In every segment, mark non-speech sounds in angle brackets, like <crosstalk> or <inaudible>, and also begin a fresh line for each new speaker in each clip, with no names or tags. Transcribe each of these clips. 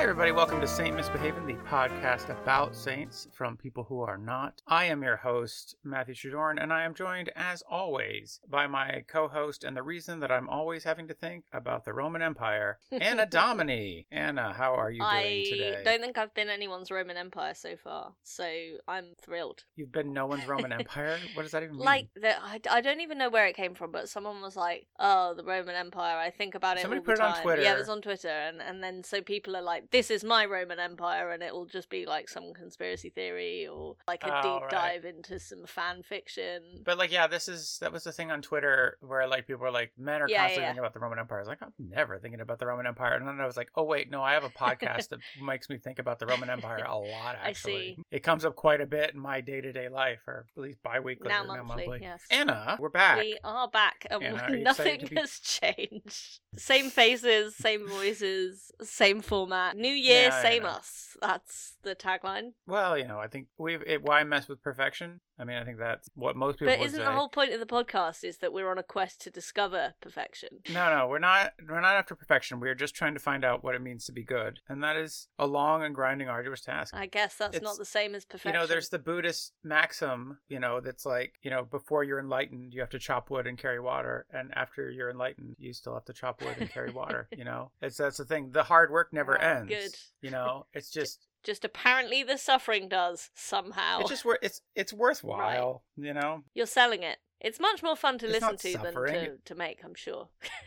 everybody. Welcome to Saint Misbehaving, the podcast about saints from people who are not. I am your host, Matthew Shadorn, and I am joined, as always, by my co host and the reason that I'm always having to think about the Roman Empire,
<laughs>
Anna Domini. Anna, how are you doing
I
today?
don't think I've been anyone's Roman Empire so far, so I'm thrilled.
You've been no one's Roman
<laughs>
Empire? What does that even mean?
Like the, I, I don't even know where it came from, but someone was like, "Oh, the Roman Empire." I think about it.
Somebody
all
put
the
it on
time.
Twitter.
Yeah, it was on Twitter, and and then so people are like, "This is my Roman Empire," and it will just be like some conspiracy theory or like a
Oh,
deep
right.
dive into some fan fiction.
But like, yeah, this is that was the thing on Twitter where like people were like, men are
Yeah,
constantly
yeah.
thinking about the Roman Empire. I was like, I'm never thinking about the Roman Empire. And then I was like, oh wait, no, I have a podcast
<laughs>
that makes me think about the Roman Empire a lot.
I
Actually,
see.
it comes up quite a bit in my day to day life, or at least biweekly
Now
or
monthly, yes.
Anna, we're back.
We are back, <laughs> and
And
we-
are you excited
nothing
to be-
has changed. Same faces, same voices, same format. New year,
Yeah, I
same
know.
us. That's the tagline.
Well, you know, I think we've it, why mess with perfection. I mean, I think that's what most people.
But
would
isn't
say.
the whole point of the podcast is that we're on a quest to discover perfection?
No, no, we're not. We're not after perfection. We are just trying to find out what it means to be good, and that is a long and grinding, arduous task.
I guess that's
It's-
not the same as perfection.
You know, there's the Buddhist maxim, you know, that's like, you know, before you're enlightened, you have to chop wood and carry water. And after you're enlightened, you still have to chop wood and carry water, you
<laughs>
know? It's that's the thing. The hard work never
Ah,
ends.
good.
You know, it's
<laughs>
just
just apparently the suffering does somehow.
it's just wor- it's it's worthwhile, you know?
You're selling it. It's much more fun to
It's
listen
not
to
suffering.
than to, to make, I'm sure. <laughs>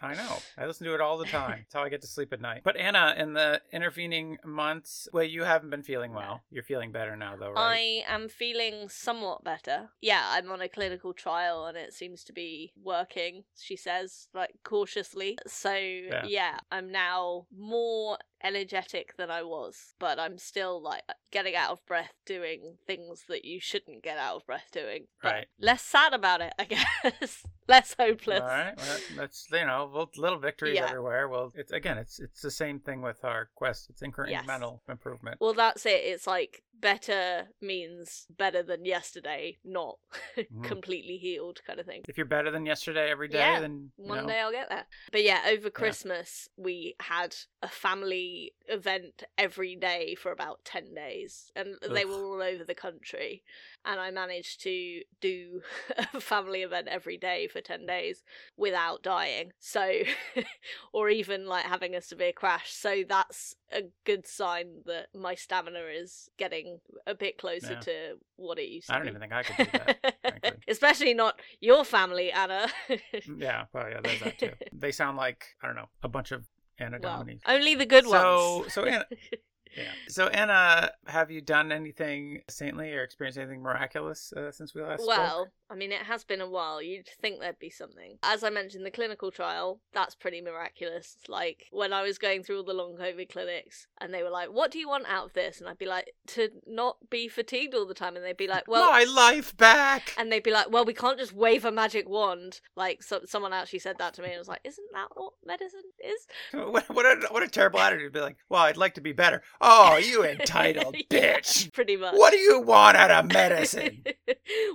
I know. I listen to it all the time. It's how I get to sleep at night. But Anna, in the intervening months, well, you haven't been feeling
No.
well. You're feeling better now though, right?
I am feeling somewhat better. Yeah, I'm on a clinical trial and it seems to be working, she says, like cautiously. So, yeah, I'm now more energetic than I was, but I'm still like getting out of breath doing things that you shouldn't get out of breath doing. But
Right.
less sad about it, I <laughs> guess. less hopeless.
All right, well,
<laughs>
that's you know well, little victories
Yeah.
everywhere. Well, it's again, it's it's the same thing with our quest. It's incremental improvement.
Well, that's it. It's like better means better than yesterday, not
Mhm.
completely healed kind of thing.
If you're better than yesterday every day,
Yeah,
then you know,
One day I'll get there. But yeah, over Christmas we had a family event every day for about 10 days and they
Ugh.
were all over the country and I managed to do <laughs> a family event every day for 10 days without dying. So <laughs> or even like having a severe crash. So that's a good sign that my stamina is getting a bit closer
Yeah.
to what it used to
I don't
be.
even think I could do
<laughs>
that. frankly.
Especially not your family, Anna. <laughs>
Mm, yeah, well, yeah, there's that too. They sound like I don't know a bunch of Anna
Well,
Dominies.
only the good
so,
<laughs>
<laughs>
ones.
so Anna, yeah. So Anna, have you done anything saintly or experienced anything miraculous uh, since we last? spoke?
Well, I mean, it has been a while. You'd think there'd be something. As I mentioned, the clinical trial, that's pretty miraculous. Like, when I was going through all the long COVID clinics, and they were like, What do you want out of this? And I'd be like, To not be fatigued all the time. And they'd
<laughs>
be like, Well,
my life back.
and they'd be like, "Well, we can't just wave a magic wand." Like, so, someone actually said that to me, and I was like, "Isn't that what medicine is?"
<laughs> What, what, a, what a terrible attitude to be like, well, I'd like to be better. Oh, you entitled
<laughs> Yeah,
bitch.
pretty much.
What do you want out of
<laughs>
medicine?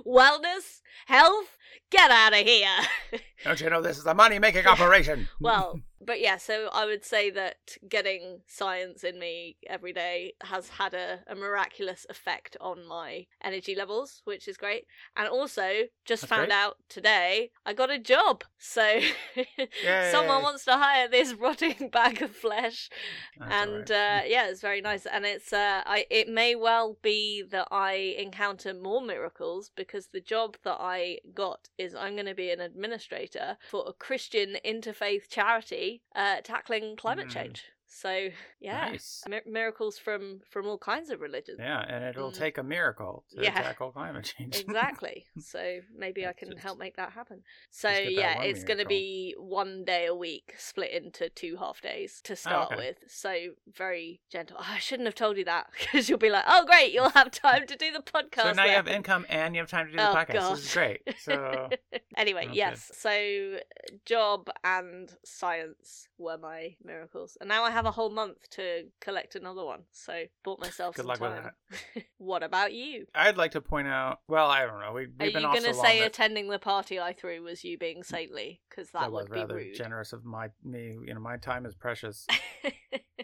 Wellness, health, get out of here. <laughs>
Don't you know this is a money making operation?
well, but yeah, so I would say that getting science in me every day has had a, a miraculous effect on my energy levels, which is great. And also, just
That's
found
great.
out today I got a job. So <laughs>
Yay.
someone wants to hire this <laughs> rotting bag of flesh
That's all right.
and uh, yeah, it's very nice. And it's uh, I it may well be that I encounter more miracles because the job that I got is I'm going to be an administrator for a Christian interfaith charity uh, tackling climate
Mm.
change. So yeah, Um,
Nice.
mi- miracles from from all kinds of religions.
Yeah, and it'll
Mm.
take a miracle to
Yeah.
tackle climate change.
exactly so maybe i
That's
can
just-
help make that happen so
get that
yeah
one
it's going to
miracle.
be one day a week split into two half days to start
Oh, okay.
with so very gentle <laughs> i shouldn't have told you that because you'll be like oh great you'll have time to do the
<laughs>
podcast
so now you have
then."
income and you have time to do the
Oh,
podcast.
God.
This is
<laughs>
great. So
anyway
Okay.
yes so job and science were my miracles and now i have a whole month to collect another one so bought myself
Good
some
luck with
time what about you
I'd like to point out. Well, I don't know. We, we've
Are you
been off
going
so
to
long
say
that-
attending the party I threw was you being saintly? Because that,
was
<laughs> would be
rather
rude.
generous of my me. You know, my time is precious.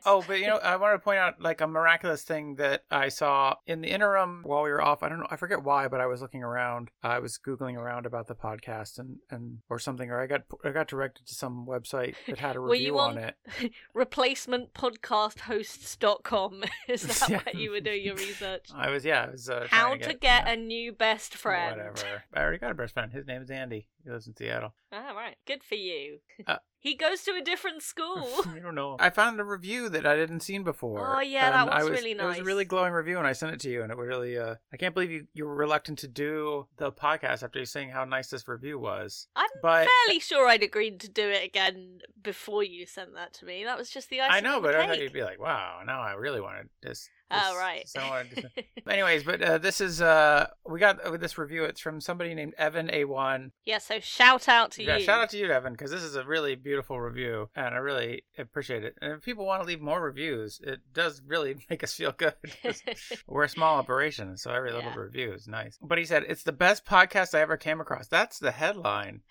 oh, but you know, I want to point out like a miraculous thing that I saw in the interim while we were off. I don't know, I forget why, but I was looking around. I was googling around about the podcast and and or something, or I got I got directed to some website that
<laughs>
had a
Were you
review on
on-
it.
replacementpodcasthosts.com <laughs>
<laughs>
is that
Yeah.
what you were doing your
<laughs>
research
I was yeah, I was uh,
how
trying
to get,
yeah,
a new best friend
Whatever. I already got a best friend. His name is Andy. He lives in Seattle.
<laughs> all right good for you
Uh,
<laughs> he goes to a different
<laughs>
school <laughs>
I don't know. I found a review that I didn't seen before.
Oh, yeah, that
and I
was
was
really
It was a
nice.
really glowing review, and I sent it to you, and it really. Uh, I can't believe you you were reluctant to do the podcast after you saying how nice this review was.
i'm
But
fairly sure i'd agreed to do it again before you sent that to me that was just the icing
I know,
on the
but I thought
cake.
you'd be like, "Wow, now I really wanted this."
oh
this-
right
so I wanted
<laughs>
to- Anyways, but uh, this is uh, we got uh, this review. It's from somebody named Evan A One.
yeah so shout out to
yeah,
you <laughs>
shout out to you, Evan, because this is a really beautiful review, and I really appreciate it. And if people want to leave more reviews, it does really <laughs> make us feel good.
<laughs>
'cause We're a small operation, so every little
Yeah.
review is nice. But he said it's the best podcast I ever came across. That's the headline.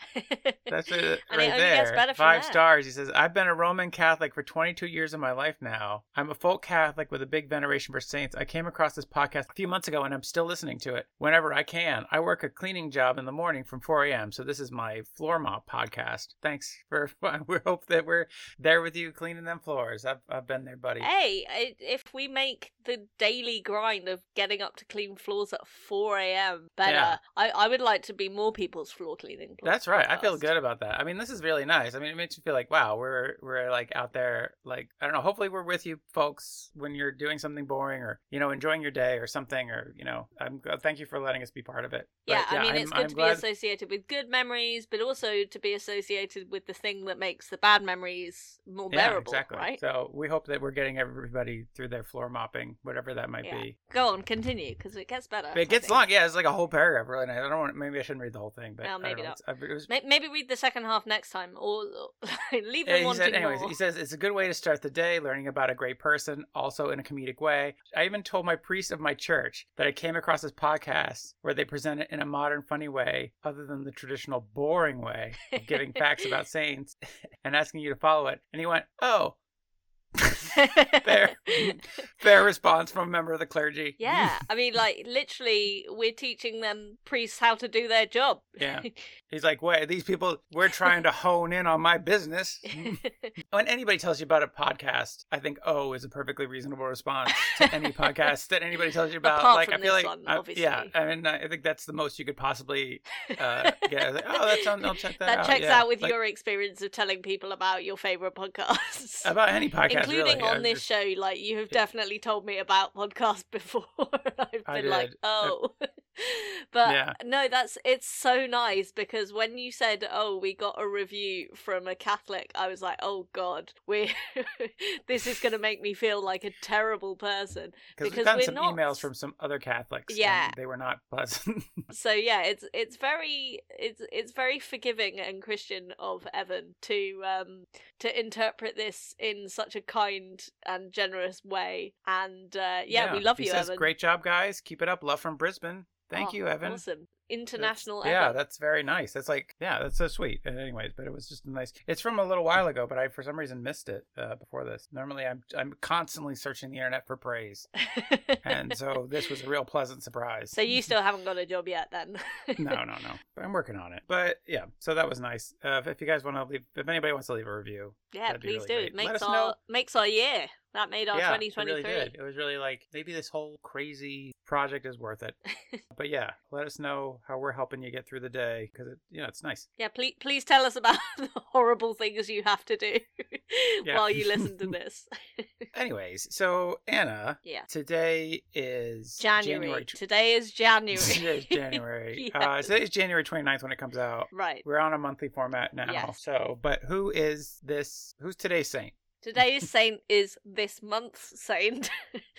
That's it right
<laughs> and it only
there.
gets better from
Five
there.
stars. He says, "I've been a Roman Catholic for 22 years of my life now. I'm a folk Catholic with a big veneration for saints. I came across this podcast a few months ago, and I'm still listening to it whenever I can. I work a cleaning job in the morning from 4 a.m., so this is my floor mop podcast. Thanks for. <laughs> We hope that we're there with you cleaning them floors. I've I've been there, buddy.
Hey, i- if we make the daily grind of getting up to clean floors at 4 a.m. better,
Yeah.
I, I would like to be more people's floor cleaning. pl-
That's right. I feel
podcast.
good about that. I mean, this is really nice. I mean, it makes you feel like, wow, we're we're like out there, like I don't know. Hopefully, we're with you folks when you're doing something boring or you know enjoying your day or something or you know. I'm thank you for letting us be part of it. But,
Yeah, I mean, it's good
I'm
to
glad-
be associated with good memories, but also to be associated with the thing that makes the bad memories more
yeah,
bearable,
exactly.
right?
So we hope that we're getting everybody through their floor mopping, whatever that might
Yeah.
be.
Go on, continue, because it gets better.
But
I
it gets
think.
long. Yeah, it's like a whole paragraph. Really nice. I don't want. Maybe I shouldn't read the whole thing. But
No,
I don't
maybe
know.
not.
It's- I- it was
May- Maybe read the second half next time, or <laughs> leave them
Yeah, he
wanting
said, anyways,
more.
he says it's a good way to start the day, learning about a great person, also in a comedic way. I even told my priest of my church that I came across this podcast where they present it in a modern, funny way, other than the traditional boring way of giving facts
<laughs>
about saints <laughs> and asking you to follow it. And he went, "Oh,
<laughs>
<laughs> There. fair response from a member of the clergy." <laughs>
Yeah, I mean, like literally, we're teaching them priests how to do their job. <laughs>
Yeah. He's like, wait, these people, we're trying to hone in on my
<laughs>
business. when anybody tells you about a podcast, I think oh is a perfectly reasonable response to
<laughs>
any podcast that anybody tells you about.
Apart
like
from
I feel
this
like
one,
I-
obviously.
yeah, I mean I think that's the most you could possibly
<laughs>
uh, get. I was like, oh, that sounds. I'll check that,
That
out.
checks
yeah.
out with
Like,
your experience of telling people about your favorite podcasts. <laughs>
about any podcast,
Including
really.
on
I'm
this
just-
show, like you have definitely told me about podcasts <laughs> before. I've been
I
like,
did.
oh, <laughs> but
Yeah.
no, that's it's so nice because when you said, oh, we got a review from a Catholic, I was like, oh god, we <laughs> this is going to make me feel like a terrible person.
we've
because
gotten
we're
some
not-
emails from some other Catholics. and
Yeah.
they were not pleasant. <laughs>
so yeah it's it's very it's it's very forgiving and christian of evan to um to interpret this in such a kind and generous way and uh yeah, we love
he
you
Says,
evan
Great job, guys. Keep it up. Love from Brisbane. Thank
Oh,
you, Evan.
awesome
That's-
international
Yeah,
evan. <laughs>
that's very nice. That's like, yeah, that's so sweet. And anyways, but it was just nice. It's from a little while ago, but I for some reason missed it uh, before this. Normally, I'm I'm constantly searching the internet for praise, and
<laughs>
so this was a real pleasant surprise.
so you still haven't got a job yet then
<laughs>
<laughs>
no, no, no. But I'm working on it. But yeah, so that was nice. Uh, if- if you guys want to leave, if anybody wants to leave a review,
yeah
That'd be
please
really
do
great.
it
Let us
makes our
know.
makes our year that made our
yeah, it
2023
really did. It was really like maybe this whole crazy project is worth
<laughs>
it. but yeah, let us know how we're helping you get through the day because it, you know, it's nice.
Yeah, please, please tell us about <laughs> the horrible things you have to do
Yeah.
while
<laughs>
you listen to this.
Anyways, so Anna,
Yeah.
today is
January.
tw-
Today is <laughs> January.
<laughs> Today is January. uh,
Yes.
today is January 29th when it comes out.
<laughs> right.
We're on a monthly format now.
Yes.
So, but who is this? Who's today's saint?
Today's saint is this month's saint,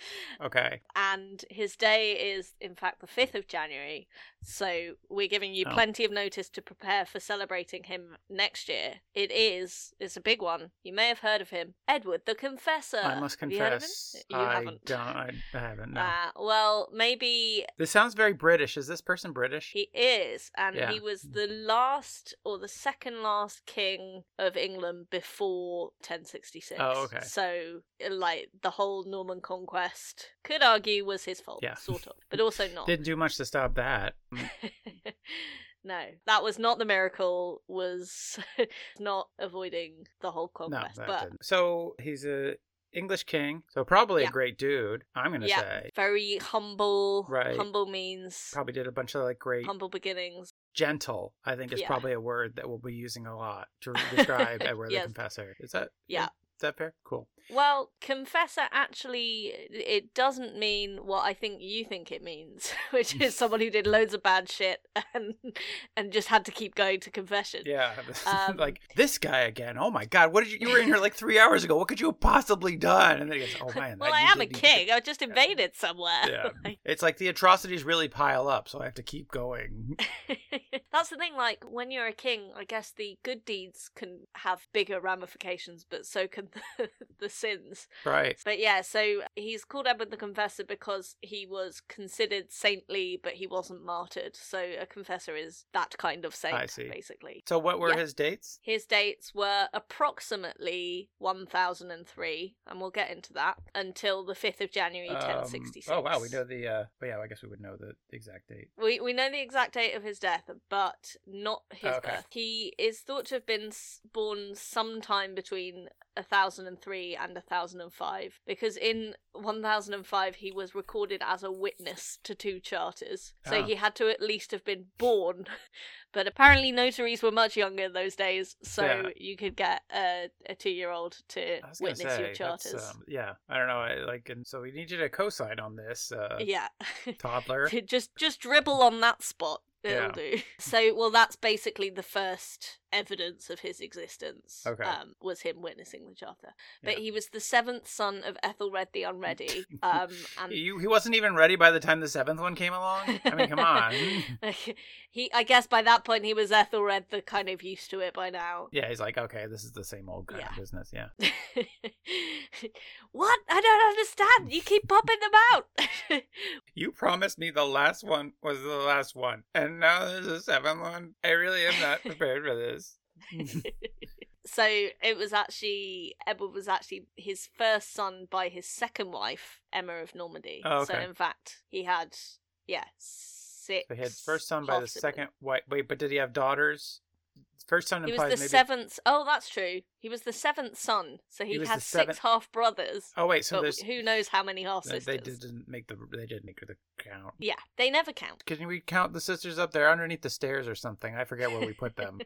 <laughs>
Okay.
and his day is, in fact, the 5th of January. So we're giving you
Oh.
plenty of notice to prepare for celebrating him next year. It is, it's a big one. You may have heard of him Edward the Confessor.
I must
Uh, Have you heard of him?
confess,
You
I
haven't.
don't. I, I haven't. No.
Uh, well, maybe
this sounds very British. Is this person British?
He is, and
Yeah.
he was the last or the second last king of England before 1066. 1986.
Oh, okay.
So, uh, like, the whole Norman conquest could argue was his fault,
Yeah.
sort of,
<laughs>
but also not.
Didn't do much to stop that.
<laughs> no, that was not the miracle. Was <laughs> not avoiding the whole
No,
conquest,
that
but
didn't. So he's a English king, so probably
Yeah.
a great dude. I'm gonna
Yeah.
say
very humble.
Right.
Humble means
probably did a bunch of like great
humble beginnings.
gentle. I think is
Yeah.
probably a word that we'll be using a lot
<laughs>
to describe Edward
Yes.
the Confessor. Is that
Yeah.
Is that fair? Cool.
Well, confessor actually it doesn't mean what I think you think it means, <laughs> which
<laughs>
is someone who did loads of bad shit <laughs> and and just had to keep going to confession. <laughs>
Yeah, <laughs>
Um,
like this guy again. Oh my God, what did you? You were in here like three hours ago. What could you have possibly done? And then he goes,
<laughs>
"Oh man,
well,
that-
I
you
am a
did- you
king.
did."
I just invaded somewhere. <laughs>
Yeah. It's like the atrocities really pile up, so I have to keep going. <laughs>
That's the thing, like, when you're a king, I guess the good deeds can have bigger ramifications, but so can <laughs> the, the sins.
Right.
But yeah, so he's called Edward the Confessor because he was considered saintly, but he wasn't martyred. So a confessor is that kind of saint,
I see.
basically.
So what were
Yeah.
his dates?
His dates were approximately 1003, and we'll get into that, until the 5th of January
Um,
1066.
oh wow, we know the. Uh, well, yeah, I guess we would know the exact date.
We we know the exact date of his death, but not his
Oh, Okay.
birth. He is thought to have been s- born sometime between 1003 and 1005 because in 1005 he was recorded as a witness to two charters. So
Ah.
he had to at least have been born. <laughs> but apparently notaries were much younger in those days, so
Yeah.
you could get a, a 2-year-old to
I was gonna
witness your
say, that's,
charters.
um, yeah, I don't know. I, like, and so we need you to co-sign on this, uh,
yeah. <laughs>
<laughs> toddler.
just just dribble on that spot. It'll
Yeah.
do. <laughs> So, well, that's basically the first evidence of his existence.
Okay.
Um, was him witnessing the charter. But
Yeah.
he was the seventh son of Ethelred
<laughs>
the Unready. Um, <laughs> and
You, he wasn't even ready by the time the seventh one came along. I mean, come
<laughs>
on.
he, I guess, by that point, he was Ethelred, the kind of used to it by now. <laughs>
Yeah, he's like, okay, this is the same old kind of
Yeah.
business. Yeah.
what? I don't understand. You keep popping them out. <laughs>
You promised me the last one was the last one, and now there's a seventh one. I really am
<laughs>
not prepared for this.
so it was actually Edward was actually his first son by his second wife Emma of Normandy.
Oh,
So
okay.
in fact, he had yeah six.
So he had first son by the
half-siblings.
second wife. Wait, but did he have daughters? First son
He
implies
was the
maybe.
seventh. Oh, that's true. He was the seventh son, so he,
He was the
had
seventh-
six half brothers.
Oh wait, so
but
there's
who knows how many half
they,
sisters?
they didn't make the they didn't make the count.
Yeah, they never count.
Can we count the sisters up there underneath the stairs or something? I forget where we put them.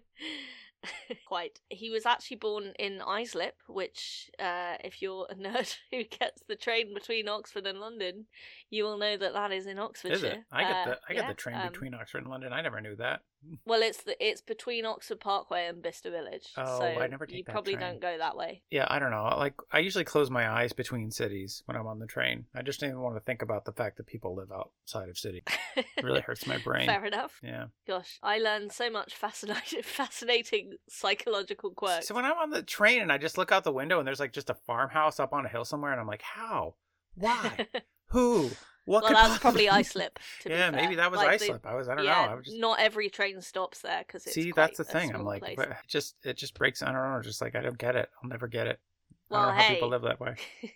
<laughs> Quite. He was actually born in Islip, which, uh, if you're a <laughs> nerd who gets the train between Oxford and London, you will know that that is in Oxfordshire.
Is it? I get
Uh,
the I get
yeah,
the train
um,
between Oxford and London. I never knew that.
Well, it's the it's between Oxford Parkway and Bicester Village.
Oh,
so
I never
You
take that
probably
train.
don't go that way.
Yeah, I don't know. Like I usually close my eyes between cities when I'm on the train. I just don't even want to think about the fact that people live outside of city. It really hurts
<laughs>
my brain.
Fair enough.
Yeah.
Gosh, I learned so much fascinating, <laughs> fascinating psychological quirks.
So when I'm on the train and I just look out the window and there's like just a farmhouse up on a hill somewhere and I'm like, how?
<laughs>
Why? Who? What?
well,
could
that
<laughs>
was probably
possibly-
islip. To be
yeah,
fair.
maybe that was
Like, the-
Islip. I was. I don't
yeah,
know. I was just
not every train stops there because it's
see.
quite
That's the
a
thing. I'm
small
like,
place.
but it just it just breaks. I don't know. Just like I don't get it. I'll never get it. I
well,
don't know how
hey,
people live that way.
<laughs>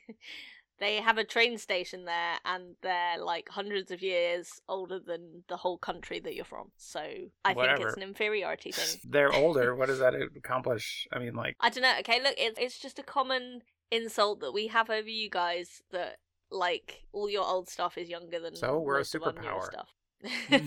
they have a train station there, and they're like hundreds of years older than the whole country that you're from. So I think
Whatever.
it's an
<laughs>
inferiority thing.
They're older. What does that accomplish? I mean, like.
I don't know. Okay, look, it's it's just a common insult that we have over you guys that like all your old stuff is younger than
So, we're a
most of our newer
superpower. <laughs>
stuff. <laughs>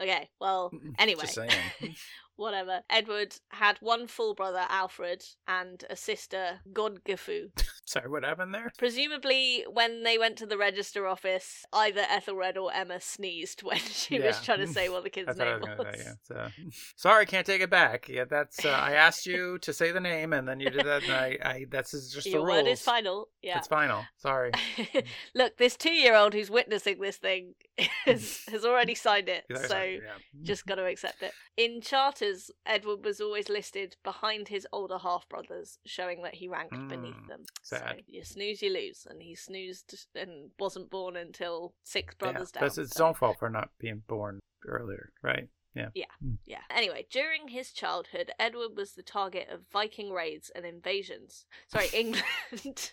okay, well, anyway.
Just
<laughs>
saying. <laughs>
whatever. Edward had one full brother, Alfred, and a sister, Godgifu.
Sorry, what happened
<laughs>
there?
Presumably, when they went to the register office, either Ethelred or Emma sneezed when <laughs> she was
Yeah.
trying
<laughs>
to say what the kid's
That's what I
name
was
was.
gonna say. Yeah. So, sorry, can't take it back. Yeah, that's. Uh, I asked you to say the name, and then you did that, and I. I that's is
<laughs>
just
Your
the rules.
word is final. Yeah.
It's
<laughs>
final. Sorry.
Look, this two-year-old who's witnessing this thing <laughs>
<laughs>
has, has already signed it,
Sorry,
so
sorry, yeah.
just got to accept it. In charters, Edward was always listed behind his older half brothers, showing that he ranked beneath
Mm,
them. So
sad.
you snooze, you lose, and he snoozed and wasn't born until six
Yeah,
brothers down.
That's its
so-
own fault for not being born earlier, right? Yeah.
Yeah.
Mm.
Yeah. Anyway, during his childhood, Edward was the target of Viking raids and invasions.
<laughs>
Sorry, England.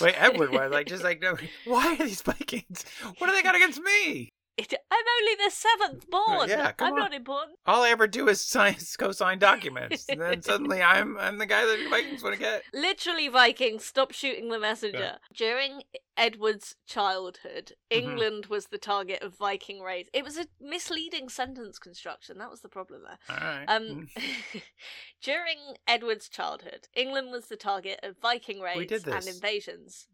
Wait, Edward was
<laughs>
like just like no. Why are these Vikings? What do they got against me?
It- I'm only the seventh born.
Yeah, come
I'm
on.
not important.
All I ever do is sign <laughs> co-sign documents, and then suddenly I'm I'm the guy that the Vikings want to get.
Literally, Vikings, stop shooting the messenger. During Edward's childhood,
Mhm.
England was the target of Viking raids. It was a misleading sentence construction. That was the problem there.
All right.
Um,
Mm.
<laughs> during Edward's childhood, England was the target of Viking raids
did
and
this. <laughs>
invasions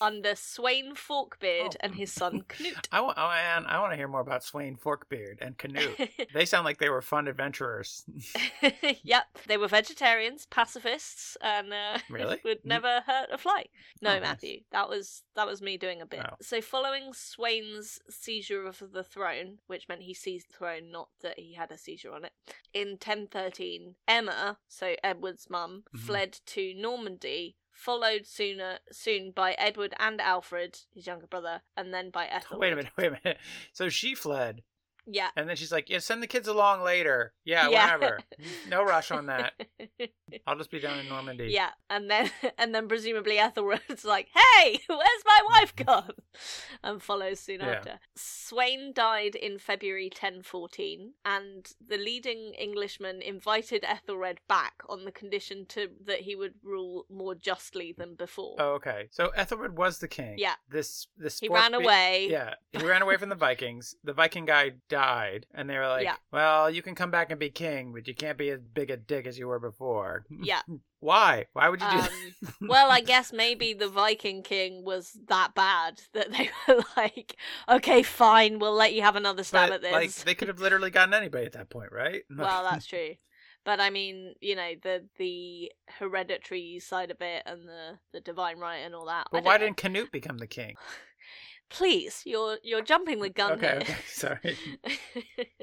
under Swain Forkbeard
Oh.
and his son Knut.
I want. Oh, and I want to hear more about Swain Forkbeard and Canute. They sound like they were fun adventurers. <laughs>
<laughs> yep, they were vegetarians, pacifists, and uh, <laughs>
Really?
would
Mm.
never hurt a fly. No,
Oh, nice.
Matthew, that was that was me doing a bit.
Wow.
So following Swain's seizure of the throne, which meant he seized the throne, not that he had a seizure on it. In 1013, Emma, so Edward's mum,
Mhm.
fled to Normandy. Followed sooner soon by Edward and Alfred, his younger brother, and then by Ethelred.
Wait a minute. Wait a minute. So she fled,
Yeah,
and then she's like, "Yeah, send the kids along later. Yeah,
Yeah. <laughs>
whatever. No rush on that. I'll just be down in Normandy."
Yeah, and then <laughs> and then presumably Ethelred's like, "Hey, <laughs> where's my wife gone?" and follows soon
Yeah.
after. Swain died in February 1014, and the leading Englishman invited Ethelred back on the condition to that he would rule more justly than before.
Oh, okay. So Ethelred was the king.
Yeah.
This this
he
Forkbeard-
ran away.
Yeah, he ran away from the Vikings. The Viking guy died, and they were like,
Yeah.
"Well, you can come back and be king, but you can't be as big a dick as you were before."
Yeah.
<laughs> Why? Why would you do
Um,
that?
well, I guess maybe the Viking king was that bad that they <laughs> were like, okay, fine, we'll let you have another stab
But,
at this.
Like they could have literally gotten anybody at that point, right? <laughs>
well, that's true. But I mean, you know, the the hereditary side of it and the the divine right and all that. I
But
don't
why
know.
didn't Canute become the king?
Please, you're you're jumping the gun
Okay,
here. <laughs>
okay, <laughs> sorry.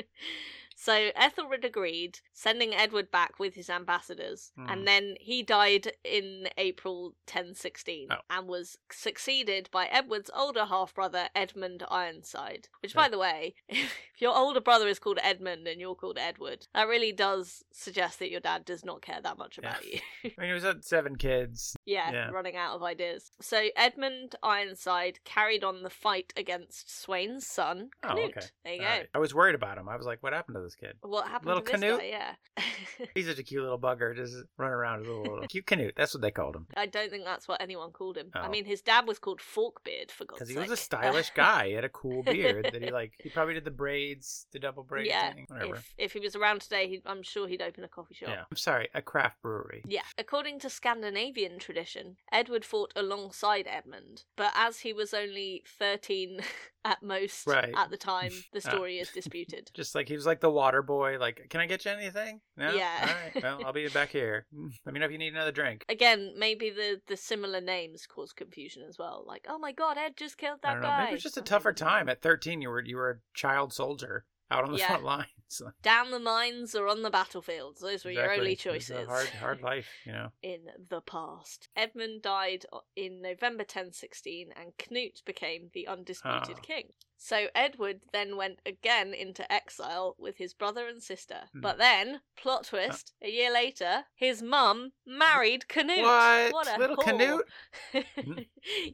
so Ethelred agreed, sending Edward back with his ambassadors,
Mhm.
and then he died in April 1016
Oh.
and was succeeded by Edward's older half brother Edmund Ironside. Which, by
Yeah.
the way, <laughs> if your older brother is called Edmund and you're called Edward, that really does suggest that your dad does not care that much
Yeah.
about you. <laughs>
I mean, it was at seven kids.
Yeah,
Yeah.
running out of ideas. So Edmund Ironside carried on the fight against Swain's son,
Oh,
Knut.
okay.
There you go.
All right. I was worried about him. I was like, "What happened to this kid?
What happened
Little
to this
Canute?
guy? Yeah. <laughs>
He's such a cute little bugger, just running around as a little cute Canute." That's what they called him.
I don't think that's what anyone called him. I
Oh.
mean, his dad was called Forkbeard, for God's
Because
sake. <laughs>
he was a stylish guy. He had a cool beard that he like. He probably did the braids, the double braids,
Yeah,
thing, whatever.
if, if he was around today, he, I'm sure he'd open a coffee shop.
Yeah. I'm sorry, a craft brewery.
Yeah. According to Scandinavian tradition, Edward fought alongside Edmund, but as he was only 13 <laughs> at most
Right.
at the time, the
<laughs> Ah.
story is disputed.
Just like he was like the water boy. Like, can I get you anything? No.
Yeah.
All right. Well, I'll be back
<laughs>
here. Let me know if you need another drink.
Again, maybe the, the similar names cause confusion as well. Like, oh my god, Ed just killed
I
that
don't know.
guy.
Maybe it was just a
Something
tougher
like that.
time. At 13, you were you were a child soldier out on the
Yeah.
front lines. <laughs> Like,
Down the mines or on the battlefields. Those were your
exactly.
only
It was a
choices.
hard, hard life. You know.
in the past. Edmund died o- in November 1016 and Knut became the undisputed
Ah.
king. So Edward then went again into exile with his brother and sister.
Hmm.
But then, plot twist, a year later, his mum married Canute.
What?
a
little
whore. <laughs>
Canute?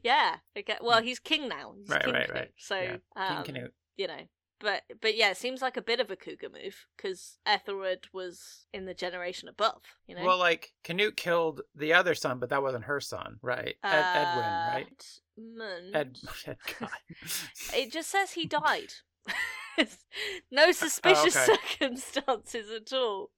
yeah. Okay. Well, he's king now. He's
Hmm. Right,
king
right,
Knut.
right.
So,
Yeah,
um,
King Canute.
you know. But but yeah, it seems like a bit of a cougar move because Ethelred was in the generation above. You know.
Well, like Canute killed the other son, but that wasn't her son, right? Ed- Edwin,
Uh,
right?
Edmund.
Ed, <laughs> Ed
<laughs>
God.
It just says he died. <laughs> no suspicious
Uh, okay.
circumstances at all.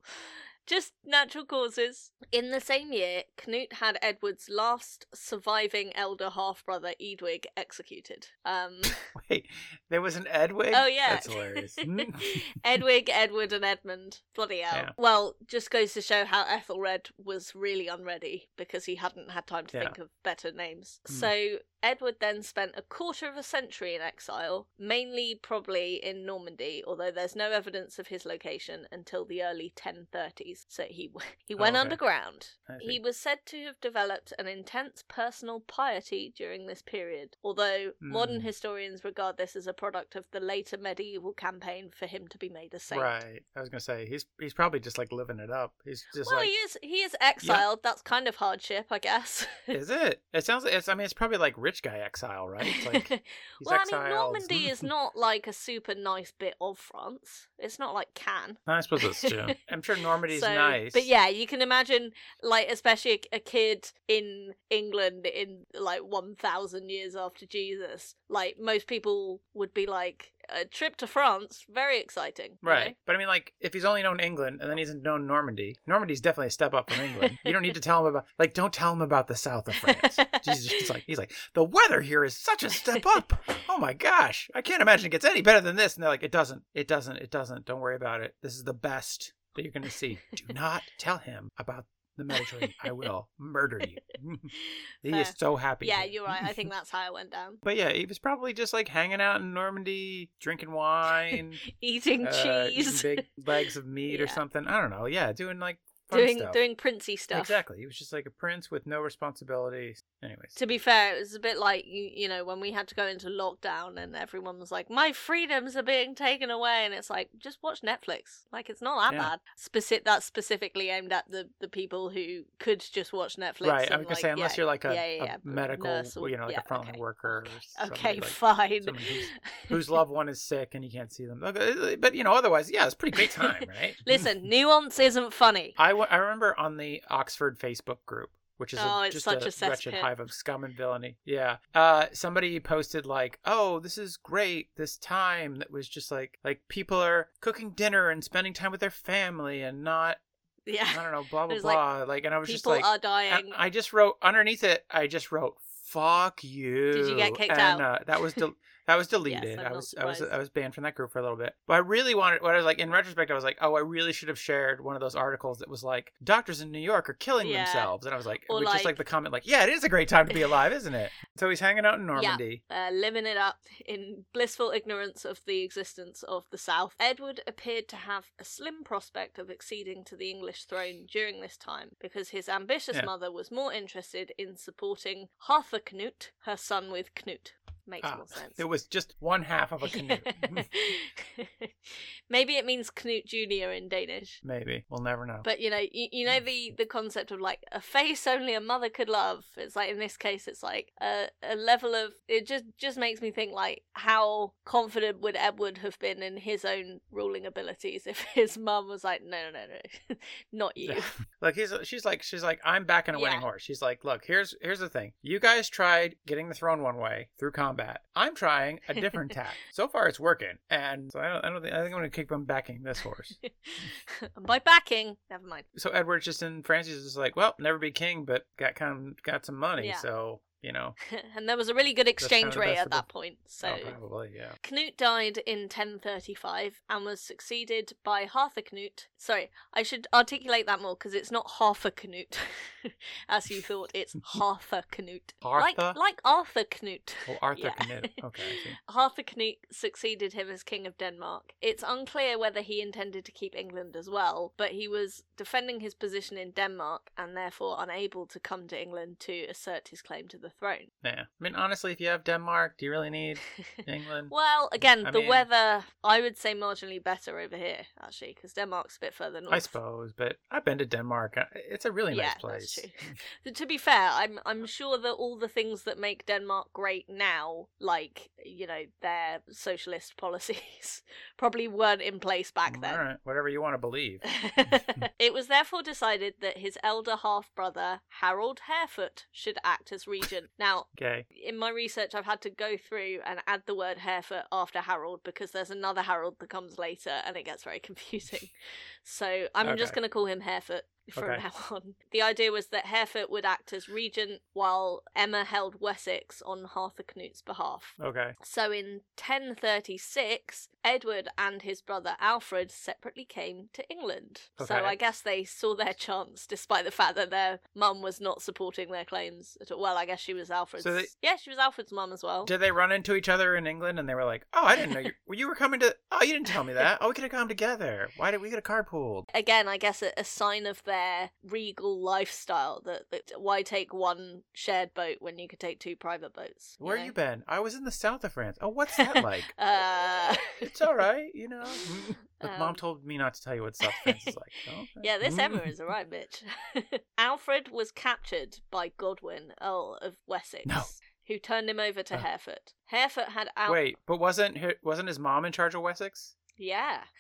Just natural causes. In the same year, Knut had Edward's last surviving elder half brother, Edwig, executed. Um,
<laughs> Wait, there was an Edwig.
oh, yeah.
that's
<laughs>
hilarious. Mm.
Edwig, Edward, and Edmund. Bloody hell.
Yeah.
Well, just goes to show how Ethelred was really unready because he hadn't had time to
Yeah.
think of better names.
Hmm.
So Edward then spent a quarter of a century in exile, mainly probably in Normandy, although there's no evidence of his location until the early 1030s. disease. So he <laughs> w- he went
Oh, okay.
underground.
I see.
He was said to have developed an intense personal piety during this period, although modern
Hmm.
historians regard this as a product of the later medieval campaign for him to be made a saint.
Right. I was gonna say he's he's probably just like living it up. He's just
well,
like
he is he is exiled. That's kind of hardship, I guess.
Is it? It sounds like it's I mean it's probably like rich guy exile, right?
<laughs>
It's like he's
well, I
exiled.
mean,
<laughs>
Normandy is not like a super nice bit of France. It's not like Cannes.
I suppose that's true. <laughs> I'm sure Normandy's
So-
nice.
But yeah, you can imagine, like, especially a, a kid in England in like 1,000 years after Jesus. Like, most people would be like, a trip to France, very exciting. you
Right. But I mean, like, if he's only known England and then he's known Normandy, Normandy's definitely a step up from England. you don't need to tell him about, like, don't tell him about the south of
know?
France. Jesus, he's like, he's like, the weather here is such a step up. Oh my gosh. I can't imagine it gets any better than this. And they're like, it doesn't. It doesn't. It doesn't. Don't worry about it. This is the best that you're going to see. Do not tell him about the Mediterranean. I will murder you. <laughs> <laughs> he is
Fair.
so happy.
yeah,
here.
you're right.
<laughs>
I think that's how it went down.
But yeah, he was probably just like hanging out in Normandy, drinking wine,
<laughs> Eating
uh, eating
cheese, <laughs>
big legs of meat or
Yeah.
something. I don't know. Yeah, doing like fun
doing
stuff.
doing princey stuff.
Exactly. He was just like a prince with no responsibilities. Anyways.
To be fair, it was a bit like you, you know when we had to go into lockdown and everyone was like, "My freedoms are being taken away," and it's like, just watch Netflix. Like it's not that
Yeah.
bad. Specific that's specifically aimed at the the people who could just watch Netflix.
right. I
and,
was gonna say unless
yeah,
you're like a,
yeah, yeah,
a
yeah,
medical,
nurse or-
you know, like
yeah,
a frontline
okay.
worker. Or <laughs> somebody,
<laughs> Okay,
like,
fine.
someone
<laughs>
who's- whose loved one is sick and you can't see them. Okay, But you know, otherwise, yeah, it's a pretty great
<laughs>
time, right?
Listen, nuance isn't funny.
I, w- I remember on the Oxford Facebook group, which is a-
Oh, it's
just
such
a,
a cesspit.
wretched hive of scum and villainy. Yeah. Uh, somebody posted like, "Oh, this is great. This time that was just like like people are cooking dinner and spending time with their family and
<laughs>
not I
Yeah,
don't know blah blah
It was like,
blah." Like, and I was just
people
like,
are
and
dying.
I just wrote underneath it. I just wrote, "Fuck you."
Did you get kicked
and,
out?
Uh, that was
<laughs>
del- that was deleted.
I'm
I
not
was I was
surprised.
I was banned from that group for a little bit. But I really wanted. What I was like in retrospect, I was like, "Oh, I really should have shared one of those articles that was like, doctors in New York are killing
Yeah.
themselves." And I was like,
Or
we just like
like-
the comment, like, "Yeah, it is a great time to be alive, isn't it?" So he's hanging out in Normandy.
uh, living it up in blissful ignorance of the existence of the South. Edward appeared to have a slim prospect of acceding to the English throne during this time because his ambitious
Yeah.
mother was more interested in supporting Hartha Knut, her son with Knut. Makes
Ah,
more sense.
It was just one half of a
<laughs>
canoe. <laughs> Mm-hmm.
Maybe it means Knut Jr. in Danish.
Maybe we'll never know.
But you know, you, you know the the concept of like a face only a mother could love. It's like in this case, it's like a, a level of it just just makes me think like how confident would Edward have been in his own ruling abilities if <laughs> his mum was like, no, no, no, <laughs> no, not you.
Like he's she's like she's like I'm backing a winning
Yeah.
horse. She's like, look, here's here's the thing. You guys tried getting the throne one way through combat. I'm trying a
<laughs>
different tack. So far, it's working, and so I don't I don't think I think I'm gonna keep on backing this
<laughs>
horse.
and by backing, never mind. <laughs>
so Edward's just in France. He's just like, well, never be king, but got kind of, got some money,
Yeah.
so you know,
and there was a really good
kinda
exchange
the
rate
best of
at that
the-
point. So.
oh, probably yeah.
Knut died in 1035 and was succeeded by Hartha Knut. Sorry, I should articulate that more because it's not Hartha Knut, <laughs> as you thought.
<laughs>
It's Hartha Knut, like
Arthur?
like Arthur Knut. <laughs>
Well, Oh, Arthur
Yeah.
Canute. Okay, I see.
Arthur Knut succeeded him as King of Denmark. It's unclear whether he intended to keep England as well, but he was defending his position in Denmark and therefore unable to come to England to assert his claim to the throne. <laughs>
Yeah. I mean, honestly, if you have Denmark, do you really need England?
Well, again,
I
the
mean-
weather I would say marginally better over here actually, because Denmark's a bit further north.
I suppose, but I've been to Denmark. It's a really nice
Yeah,
place.
that's
<laughs>
Th- To be fair, I'm I'm sure that all the things that make Denmark great now, like you know their socialist <laughs> policies, probably weren't in place back then.
<laughs> All right, whatever you want to believe.
<laughs> it was therefore decided that his elder half brother Harold Harefoot should act as regent. Now,
Okay.
in my research I've had to go through and add the word Harefoot after Harold because there's another Harold that comes later and it gets very <laughs> confusing. So I'm just
Okay.
going to call him Harefoot. from
Okay.
now on. The idea was that Hereford would act as regent while Emma held Wessex on Harthacnut's behalf.
Okay.
So in 1036, Edward and his brother Alfred separately came to England. So
Okay.
I guess they saw their chance, despite the fact that their mum was not supporting their claims at all. Well, I guess she was Alfred's.
they-
Yeah, she was Alfred's mum as well.
Did they run into each other in England and they were like, "Oh, I didn't <laughs> know you. well, you were coming to. Oh, you didn't tell me that. Oh, we could have come together. Why did we get a carpool?
Again, I guess a, a sign of their regal lifestyle that, that why take one shared boat when you could take two private boats?
Where
know?
you been? I was in the south of France. Oh, what's <laughs> that like?
Uh, <laughs>
it's all right, you <laughs> know. But mom
um,
told me not to tell you what South France
<laughs>
is like. Oh, okay.
Yeah, this Emma
Mm.
is a right bitch. <laughs> Alfred was captured by Godwin, Earl of Wessex,
No.
who turned him over to
Uh.
Hereford. Hereford had Al-
Wait, but wasn't her, wasn't his mom in charge of Wessex?
yeah. <laughs>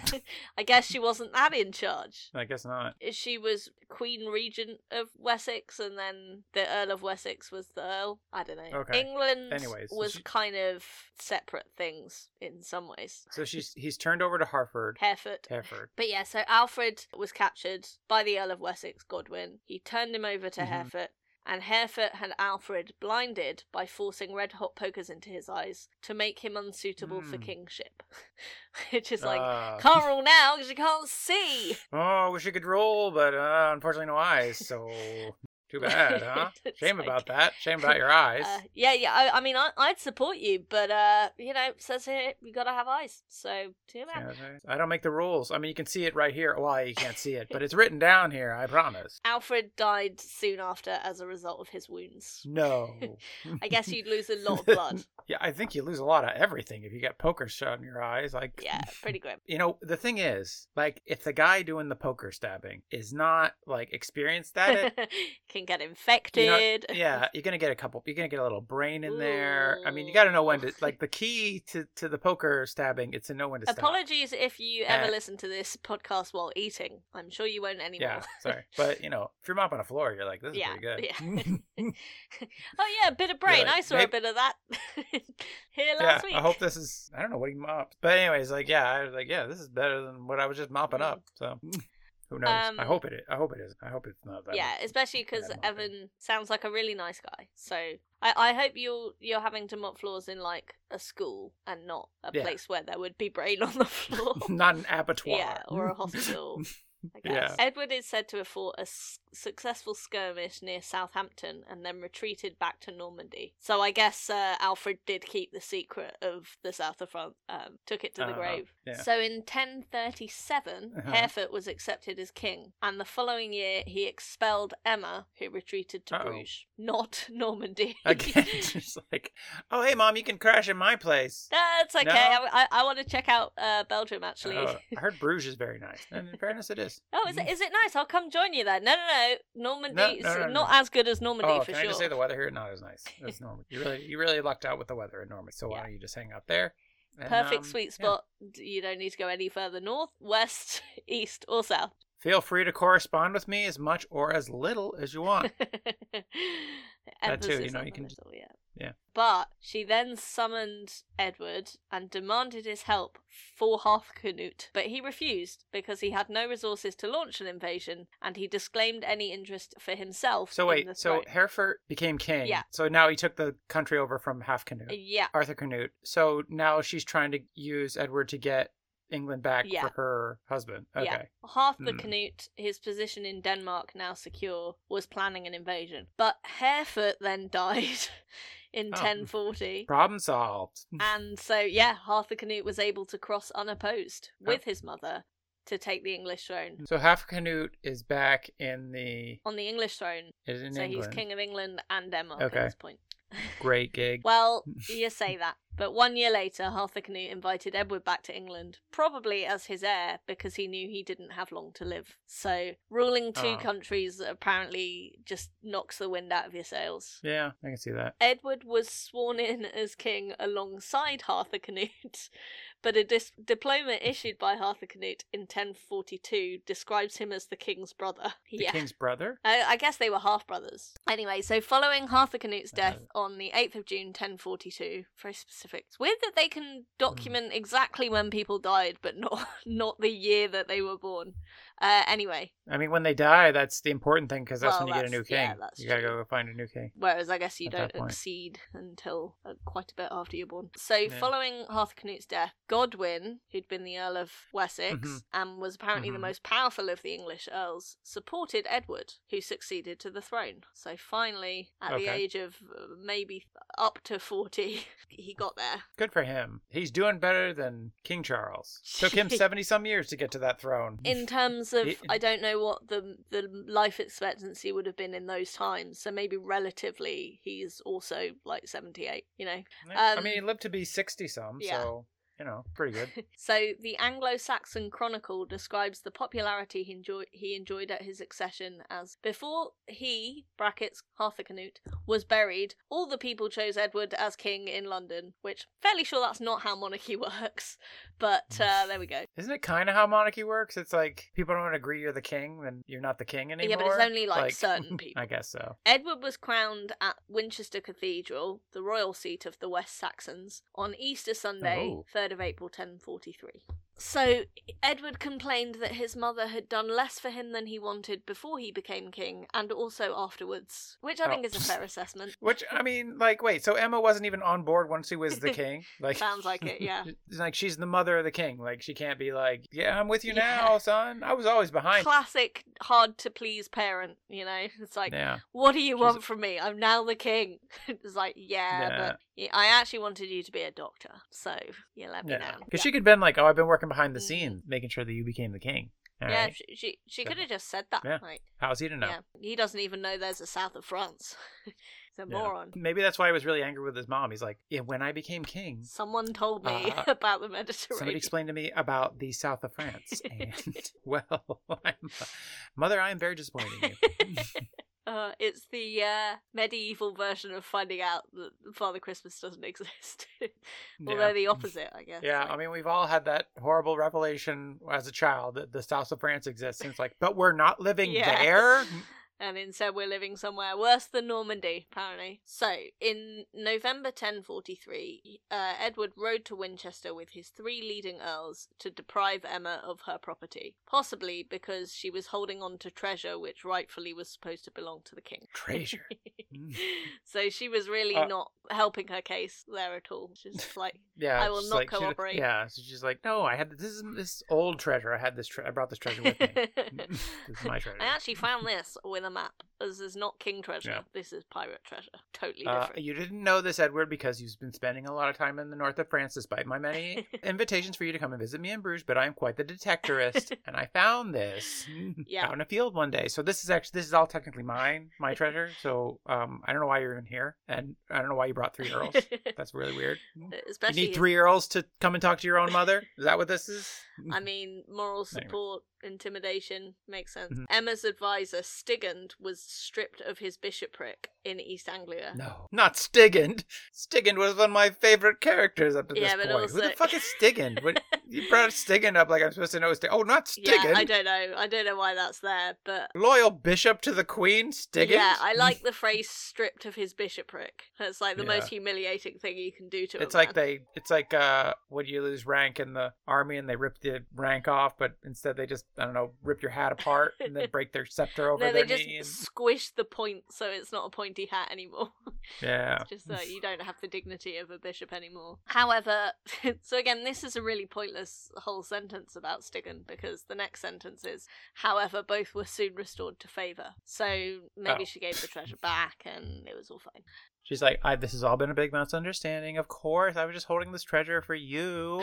Okay,
I guess she wasn't that in charge.
I guess not.
She was Queen Regent of Wessex, and then the Earl of Wessex was the Earl. I don't know.
Okay.
England
Anyways, so
was
she-
kind of separate things in some ways.
So she's he's turned over to Harford.
Hereford
Hereford.
But yeah, so Alfred was captured by the Earl of Wessex, Godwin. He turned him over to
Mhm.
Hereford, and Hereford had Alfred blinded by forcing red hot pokers into his eyes to make him unsuitable for
Mm.
kingship. <laughs> Which is like,
Uh,
can't rule now because you can't see.
oh, wish you could roll, but uh, unfortunately no eyes. So too <laughs>
<laughs>
bad, huh?
It's
Shame
like,
about that. Shame about
<laughs>
your eyes.
Uh, yeah, yeah. I, I mean, I, I'd support you, but uh, you know, it says here you gotta have eyes. So too
Yeah,
bad.
okay. I don't make the rules. I mean, you can see it right here. Well, you can't see it, but it's written down here. I promise.
Alfred died soon after as a result of his wounds.
No.
<laughs> I guess you'd lose a lot of blood.
<laughs> Yeah, I think you lose a lot of everything if you get poker shot in your eyes. Like, <laughs>
Yeah, pretty grim.
you know, the thing is, like, if the guy doing the poker stabbing is not like experienced at it,
<laughs> can get infected. <laughs>
yeah, you're gonna get a couple. You're gonna get a little brain in there. I mean, you got to know when to. Like, the key to to the poker stabbing, it's to know when to stop.
Apologies if you ever
Uh,
listen to this podcast while eating. I'm sure you won't
Yeah,
anymore.
sorry, but you know, if you're mopping a floor, you're like, this is
Yeah,
pretty good. <laughs>
oh yeah, a bit of brain.
like,
I saw a
maybe-
bit of that <laughs> here
yeah,
last week.
I hope this is. I don't know what he mopped, but anyways, like yeah, I was like yeah, this is better than what I was just mopping
Mm.
up. So who knows?
Um,
I hope it. Is. I hope it is. I hope it's not that.
yeah, especially because Evan sounds like a really nice guy. So I, I hope you're you're having to mop floors in like a school and not a
Yeah.
place where there would be brain <laughs> on the floor.
<laughs> not an abattoir.
Yeah,
<laughs>
or a hospital. I
Yeah.
guess. Edward is said to have fought a s- successful skirmish near Southampton and then retreated back to Normandy. So I guess uh, Alfred did keep the secret of the south of France, um, took it to the
Uh,
grave.
yeah.
So in 1037,
Uh-huh.
Hereford was accepted as king, and the following year he expelled Emma, who retreated to
Uh-oh.
Bruges, not <laughs> Normandy. <laughs>
Again, <laughs> just like, oh hey mom, you can crash in my place.
That's okay.
No.
I, I, want to check out uh, Belgium actually.
Oh, I heard Bruges is very nice, and in fairness, it is. Mm-hmm.
Oh, is it, is it nice? I'll come join you there. No, no, no. Normandy is
no, no, no.
not as good as Normandy
Oh,
for
can
sure.
I just say the weather here? Not as nice as Normandy. You really, you really lucked out with the weather in Normandy. So why
Yeah.
don't you just hang out there? and,
Perfect
um, yeah.
sweet spot. D- You don't need to go any further north, west, <laughs> east, or south. <laughs>
Feel free to correspond with me as much or as little as you want.
Emphasis
you know,
on
you
the
can
little, yeah.
yeah.
But she then summoned Edward and demanded his help for Harthcnut, but he refused because he had no resources to launch an invasion, and he disclaimed any interest for himself.
So
in
wait,
the
so
throne.
Hereford became king.
Yeah.
So now he took the country over from half Canute,
yeah,
Arthur Canute. So now she's trying to use Edward to get England back
Yeah.
for her husband. Okay.
Yeah. Half the
Hmm.
Canute, his position in Denmark now secure, was planning an invasion. But Hereford then <laughs> died in
Oh.
1040.
<laughs> Problem solved.
And so, yeah, Half the Canute was able to cross unopposed
Oh.
with his mother to take the English throne.
So half Canute is back in the
On the English throne,
is in
so
England.
he's king of England and Denmark
Okay.
at this point. <laughs>
Great gig.
Well, you say that. But one year later, Harthacnut invited Edward back to England, probably as his heir, because he knew he didn't have long to live. So, ruling two
Oh.
countries apparently just knocks the wind out of your sails.
yeah, I can see that.
Edward was sworn in as king alongside Harthacnut, <laughs> but a dis- diploma issued by Harthacnut in 1042 describes him as the king's brother. <laughs>
The
yeah.
king's brother.
<laughs> I, I guess they were half brothers. Anyway, so following Harthacnut's
Yeah.
death on the 8th of June 1042, very specific. It's weird that they <laughs> can document exactly when people died, but not not the year that they were born. Uh, anyway,
I mean, when they die, that's the important thing because that's
Well,
when you get a new
that's-
king.
yeah, that's
you gotta
true.
go find a new king.
whereas I guess you
At that
don't
point.
exceed until uh, quite a bit after you're born. So,
Yeah.
following Arthur Canute's death, Godwin, who'd been the Earl of Wessex
Mhm.
and was apparently
Mhm.
the most powerful of the English earls, supported Edward, who succeeded to the throne. So, finally, at
Okay.
the age of uh, maybe up to 40, <laughs> he got there.
Good for him. He's doing better than King
<laughs>
Charles. Took him seventy some years to get to that throne.
in terms of
Mm. It-
I don't know what the the life expectancy would have been in those times. So maybe relatively, he's also like seventy eight. You know.
I
um,
mean, he lived to be sixty some,
yeah.
so you know, pretty good.
<laughs> So the Anglo-Saxon Chronicle describes the popularity he, enjoy- he enjoyed at his accession as before he brackets Harthacnut was buried, all the people chose Edward as king in London, which fairly sure that's not how monarchy <laughs> works, but uh, there we go.
Isn't it kind of how monarchy works? It's like people don't agree you're the king, then you're not the king anymore.
Yeah, but it's only like, certain people.
I guess so.
Edward was crowned at Winchester Cathedral, the royal seat of the West Saxons, on Easter Sunday,
Oh.
3rd of April 1043. So, Edward complained that his mother had done less for him than he wanted before he became king and also afterwards, which I
Oh.
think is a
<laughs>
fair assessment.
Which I mean, like, wait, so Emma wasn't even on board once he was
<laughs>
the king. Like,
Sounds like it, yeah.
<laughs> It's like she's the mother of the king. Like, she can't be like, yeah, I'm with you
Yeah.
now, son. I was always behind.
Classic hard to please parent, you know? It's like,
yeah,
what do you
She's-
want from me? I'm now the king. <laughs> it's like, yeah,
Yeah.
but y- I actually wanted you to be a doctor, so you let me
yeah.
down.
Because she could have been like, oh, I've been working behind the
Mhm.
scenes, making sure that you became the king. All
yeah,
right.
she she, she
So-
could have just said that.
Yeah.
Like,
How's he to know?
yeah, he doesn't even know there's a south of France. <laughs> He's a
Yeah.
moron.
Maybe that's why he was really angry with his mom. He's like, yeah, when I became king,
Someone told me
Uh,
<laughs> about the Mediterranean.
Somebody explained to me about the south of
<laughs>
France, and <laughs> well, I'm, mother, I am very disappointed in
<laughs>
you.
uh, it's the uh, medieval version of finding out that Father Christmas doesn't <laughs> exist. Although
Yeah.
the opposite, I guess.
Yeah, I mean, we've all had that horrible revelation as a child that the south of France exists, and it's like, but we're not living
Yeah.
there.
<laughs> and instead we're living somewhere worse than Normandy, apparently. So, in November 1043, uh, Edward rode to Winchester with his three leading earls to deprive Emma of her property, possibly because she was holding on to treasure which rightfully was supposed to belong to the king. <laughs>
Treasure. Mm-hmm.
so she was really
Uh,
not helping her case there at all. She's just like,
Yeah,
I will
she's
not
like, she-
cooperate.
yeah, so she's like, no, I had this is this old treasure. I had this. Tre- I brought this treasure
<laughs>
with me. this is my treasure.
I actually found this with a map. This is not king treasure.
Yeah.
This is pirate treasure. Totally
Uh,
different.
you didn't know this, Edward, because you've been spending a lot of time in the north of France, despite my many
<laughs>
invitations for you to come and visit me in Bruges. But I'm quite the detectorist, and I found this
Yeah.
out in a field one day. So this is actually this is all technically mine, my treasure. So um, I don't know why you're even here, and I don't know why you brought
<laughs>
three earls. That's really weird. You
Especially
need
his-
three earls to come and talk to your own mother. Is that what this is?
I mean, moral
Anyway.
support, intimidation makes sense.
Mhm.
Emma's advisor, Stigand, was stripped of his bishopric in East Anglia.
No, not Stigand. Stigand was one of my favorite characters up to this
Yeah, but
point. Who the
also-
fuck is Stigand?
<laughs>
What, you brought Stigand up like I'm supposed to know. Stig- oh, not Stigand.
yeah, I don't know. I don't know why that's there, but
Loyal bishop to the queen, Stigand.
yeah, I like the phrase "stripped of his bishopric." That's like the
Yeah.
most humiliating thing you can do to a
<laughs> It's like
man.
they. It's like uh, when you lose rank in the army and they rip the rank off, but instead they just I don't know rip your hat
<laughs>
apart and then break their scepter over
no, they
their
just
knee. and-
squish the point so it's not a pointy hat anymore. <laughs>
yeah.
It's just that you don't have the dignity of a bishop anymore. However, <laughs> so again, this is a really pointless whole sentence about Stigand because the next sentence is, however, both were soon restored to favour. So maybe
Oh.
she gave the treasure back and it was all fine.
She's like, I, this has all been a big misunderstanding. Of course, I was just holding this treasure for you.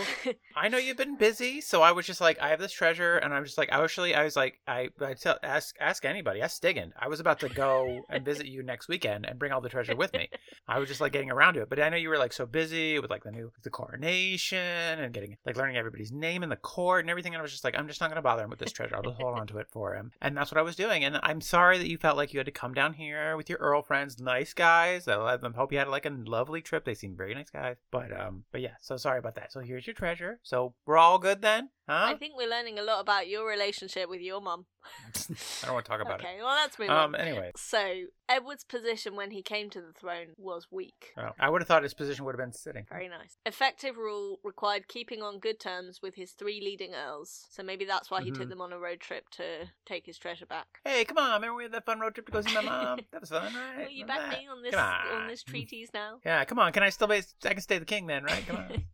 I know you've been busy, so I was just like, I have this treasure, and I'm just like, actually, I was like, I, I tell, ask, ask anybody, ask Stigand. I was about to go and visit you next weekend and bring all the treasure with me. I was just like getting around to it, but I know you were like so busy with like the new, the coronation and getting like learning everybody's name in the court and everything. And I was just like, I'm just not gonna bother him with this treasure. I'll just hold on to it for him, and that's what I was doing. And I'm sorry that you felt like you had to come down here with your Earl friends, nice guys. I let them hope you had like a lovely trip. They seem very nice guys, but um, but yeah, so sorry about that. So here's your treasure. So we're all good then. Huh?
<laughs> I think we're learning a lot about your relationship with your mum.
<laughs> I don't want to talk about
okay, well, let's move
it. Um.
on.
Anyway,
So, Edward's position when he came to the throne was weak.
oh, I would have thought his position would have been sitting.
Very nice. Effective rule required keeping on good terms with his three leading earls. So maybe that's why he took
Mhm.
them on a road trip to take his treasure back.
Hey, come on! Remember we had that fun road trip to go see my mom? That was fun, right?
Will you back
Remember
me on this
Come
on
on.
this treaties now?
that? Yeah, come on. Can I still be? I can stay the king then, right? Come on.
<laughs>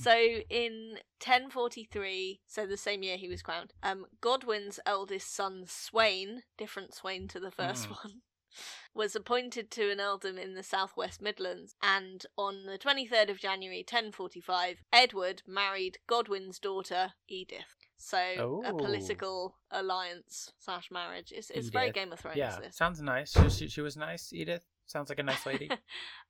So in 1043, so the same year he was crowned, um, Godwin's eldest son Swain, different Swain to the first
Mm.
one, <laughs> was appointed to an earldom in the southwest Midlands. And on the 23rd of January 1045, Edward married Godwin's daughter Edith. So a
Oh.
political alliance slash marriage. It's, it's very
Edith.
Game of Thrones.
yeah, <laughs>
This.
sounds nice. She, she, she was nice. Edith sounds like a nice
<laughs>
lady.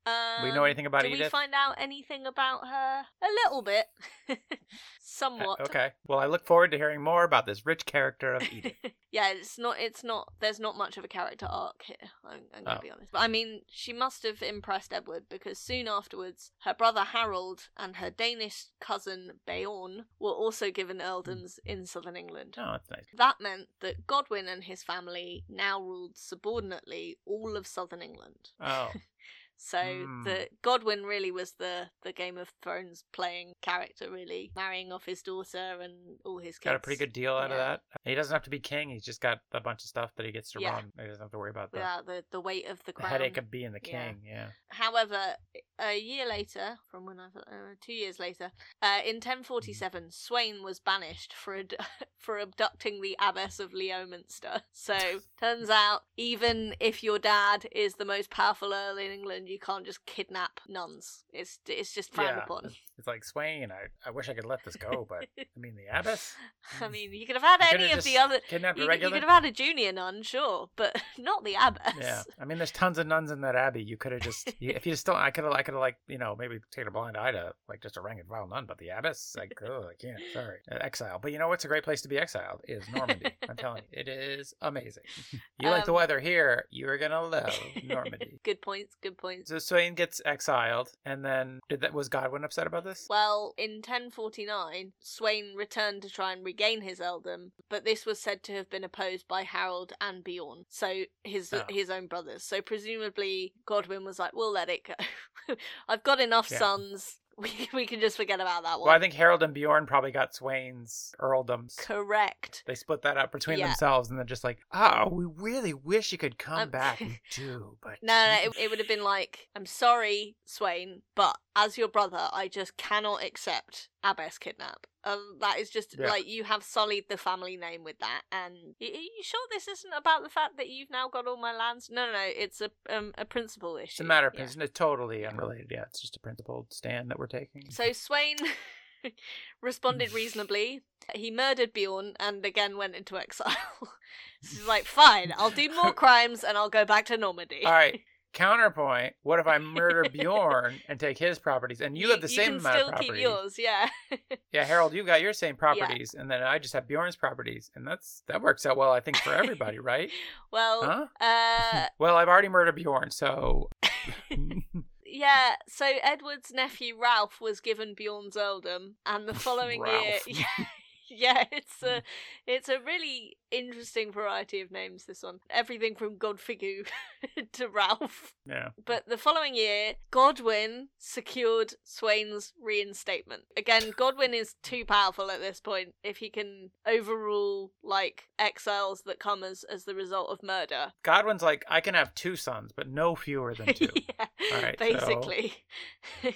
Uh, we know
Um,
anything about
Do
Edith?
we find out anything about her? A little bit, <laughs>
Uh,
somewhat.
okay. Well, I look forward to hearing more about this rich character of
<laughs>
Edith.
yeah, it's not. It's not. There's not much of a character arc here. I'm, I'm gonna
Oh.
be honest. But I mean, she must have impressed Edward because soon afterwards, her brother Harold and her Danish cousin Beorn were also given earldoms in southern England.
oh, that's nice.
That meant that Godwin and his family now ruled subordinately all of southern England. <laughs>
Oh,
So
Hmm.
the Godwin really was the the Game of Thrones playing character, really marrying off his daughter and all his kids.
got a pretty good deal out
Yeah.
of that. He doesn't have to be king. He's just got a bunch of stuff that he gets to
Yeah.
run. He doesn't have to worry about the,
without the the weight of
the
the crown.
headache of being the
Yeah.
king. Yeah.
However, a year later, from when I uh, two years later, uh, in 1047, Swain was banished for ad- <laughs> for abducting the abbess of Leominster. So turns out, even if your dad is the most powerful earl in England, you can't just kidnap nuns. It's it's just frowned
Yeah.
upon.
<laughs> It's like Swain. I, I wish I could let this go, but I mean the abbess.
<laughs> I mean, you could have had
Mm. You
any
could've
of the
just
other.
kidnapped
You,
a
could- you
regular.
could have had a junior nun, sure, but <laughs> not the abbess. <laughs>
Yeah, I mean, there's tons of nuns in that abbey. You could have just, you, if you still, I could have, I could have, like, you know, maybe taken a blind eye to like just a rank and file nun, but the abbess, like, oh, I can't. Sorry, Uh, exile. But you know what's a great place to be exiled is Normandy. I'm telling you, it is amazing. You like the
Um,
weather here, you're gonna love
<laughs>
Normandy.
good points. Good points.
So Swain gets exiled, and then did that was Godwin upset about this?
Well, in 1049, Swain returned to try and regain his earldom, but this was said to have been opposed by Harold and Beorn, so his
Oh.
his own brothers. So presumably Godwin was like, "We'll let it go. <laughs> I've got enough
Yeah.
sons. <laughs> We we can just forget about that one."
Well, I think Harold and Bjorn probably got Swain's earldoms.
Correct.
They split that up between
Yeah.
themselves, and they're just like, "Oh, we really wish you could come
Um,
back.
<laughs>
We do, but
No, no it, it would
<laughs>
have been like, I'm sorry, Swain, but as your brother, I just cannot accept Abbess kidnap. Um, that is just
Yeah.
like you have sullied the family name with that. And y- are you sure this isn't about the fact that you've now got all my lands? No, no, no it's a um, a principle issue.
It's a matter of
Yeah.
principle. Totally unrelated. Yeah, it's just a principled stand that we're taking.
So Swain <laughs> responded reasonably. He murdered Bjorn and again went into exile. <laughs> She's like, fine, I'll do
<laughs>
more crimes and I'll go back to Normandy.
All right. Counterpoint: What if I murder
<laughs>
Bjorn and take his properties, and you, have the same
can
amount
still
of properties?
keep yours, yeah.
Yeah, Harold, you've got your
<laughs>
same properties, and then I just have Bjorn's properties, and that's that works out well, I think, for
<laughs>
everybody, right?
Well,
Huh?
Uh,
<laughs> Well, I've already murdered Bjorn,
<laughs>
so <laughs>
yeah. So Edward's nephew Ralph was given Bjorn's earldom,
<laughs>
and the following year,
Ralph.
<laughs> yeah, yeah,
<laughs>
it's a it's a really interesting variety of names. This one, everything from Godfigu <laughs> to Ralph.
yeah.
But the following year, Godwin secured Swain's reinstatement. Again, Godwin is too powerful at this point. If he can overrule like exiles that come as as the result of murder,
Godwin's like, I can have two sons, but no fewer than two.
<laughs> yeah,
All right, so-
basically.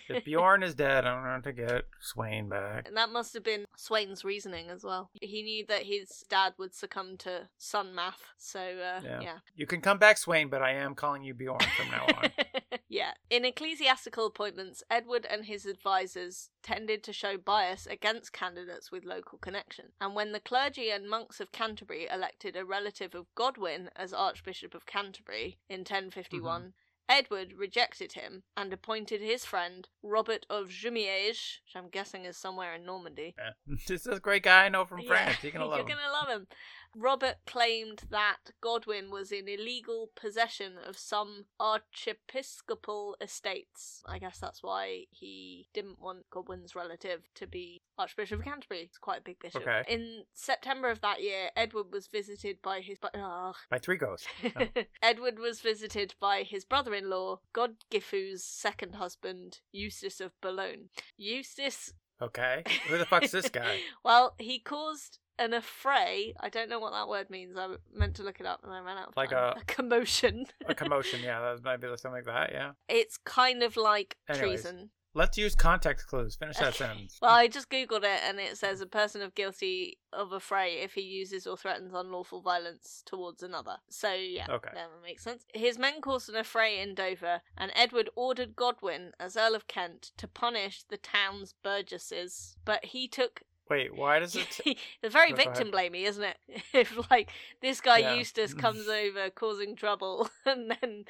if Bjorn is dead, I'm going to get Swain back.
<laughs> and that must have been Swain's reasoning as well. He knew that his dad would succumb to sun math, so uh,
Yeah.
yeah.
You can come back, Swain, but I am calling you Bjorn from now on.
<laughs> yeah. In ecclesiastical appointments, Edward and his advisers tended to show bias against candidates with local connection. And when the clergy and monks of Canterbury elected a relative of Godwin as Archbishop of Canterbury in 1051, Edward rejected him and appointed his friend Robert of Jumièges, which I'm guessing is somewhere in Normandy.
Yeah. this is a great guy I know from
Yeah,
France. You're going to love
<laughs> You're
him.
gonna love him. Robert claimed that Godwin was in illegal possession of some archiepiscopal estates. I guess that's why he didn't want Godwin's relative to be Archbishop of Canterbury. It's quite a big bishop.
Okay.
In September of that year, Edward was visited by his. But, ah.
By three ghosts. Oh.
<laughs> Edward was visited by his brother in law, Godgifu's second husband, Eustace of Boulogne. Eustace.
Okay. Who the fuck's this guy?
<laughs> Well, he caused an affray. I don't know what that word means. I meant to look it up and I ran out of
Like
time.
a-
<laughs> commotion.
A commotion. Yeah, that might be something like that. Yeah.
<laughs> it's kind of like
Anyways.
treason.
Let's use context clues. Finish that
Okay.
sentence.
Well, I just googled it and it says a person of guilty of affray if he uses or threatens unlawful violence towards another. So yeah,
Okay.
that would make sense. His men caused an affray in Dover, and Edward ordered Godwin, as Earl of Kent, to punish the town's burgesses. But he took
Wait, why does it?
it's very
Go ahead.
victim blamey, isn't it? <laughs> if like this guy
Yeah. <laughs>
Eustace comes over causing trouble, <laughs> and then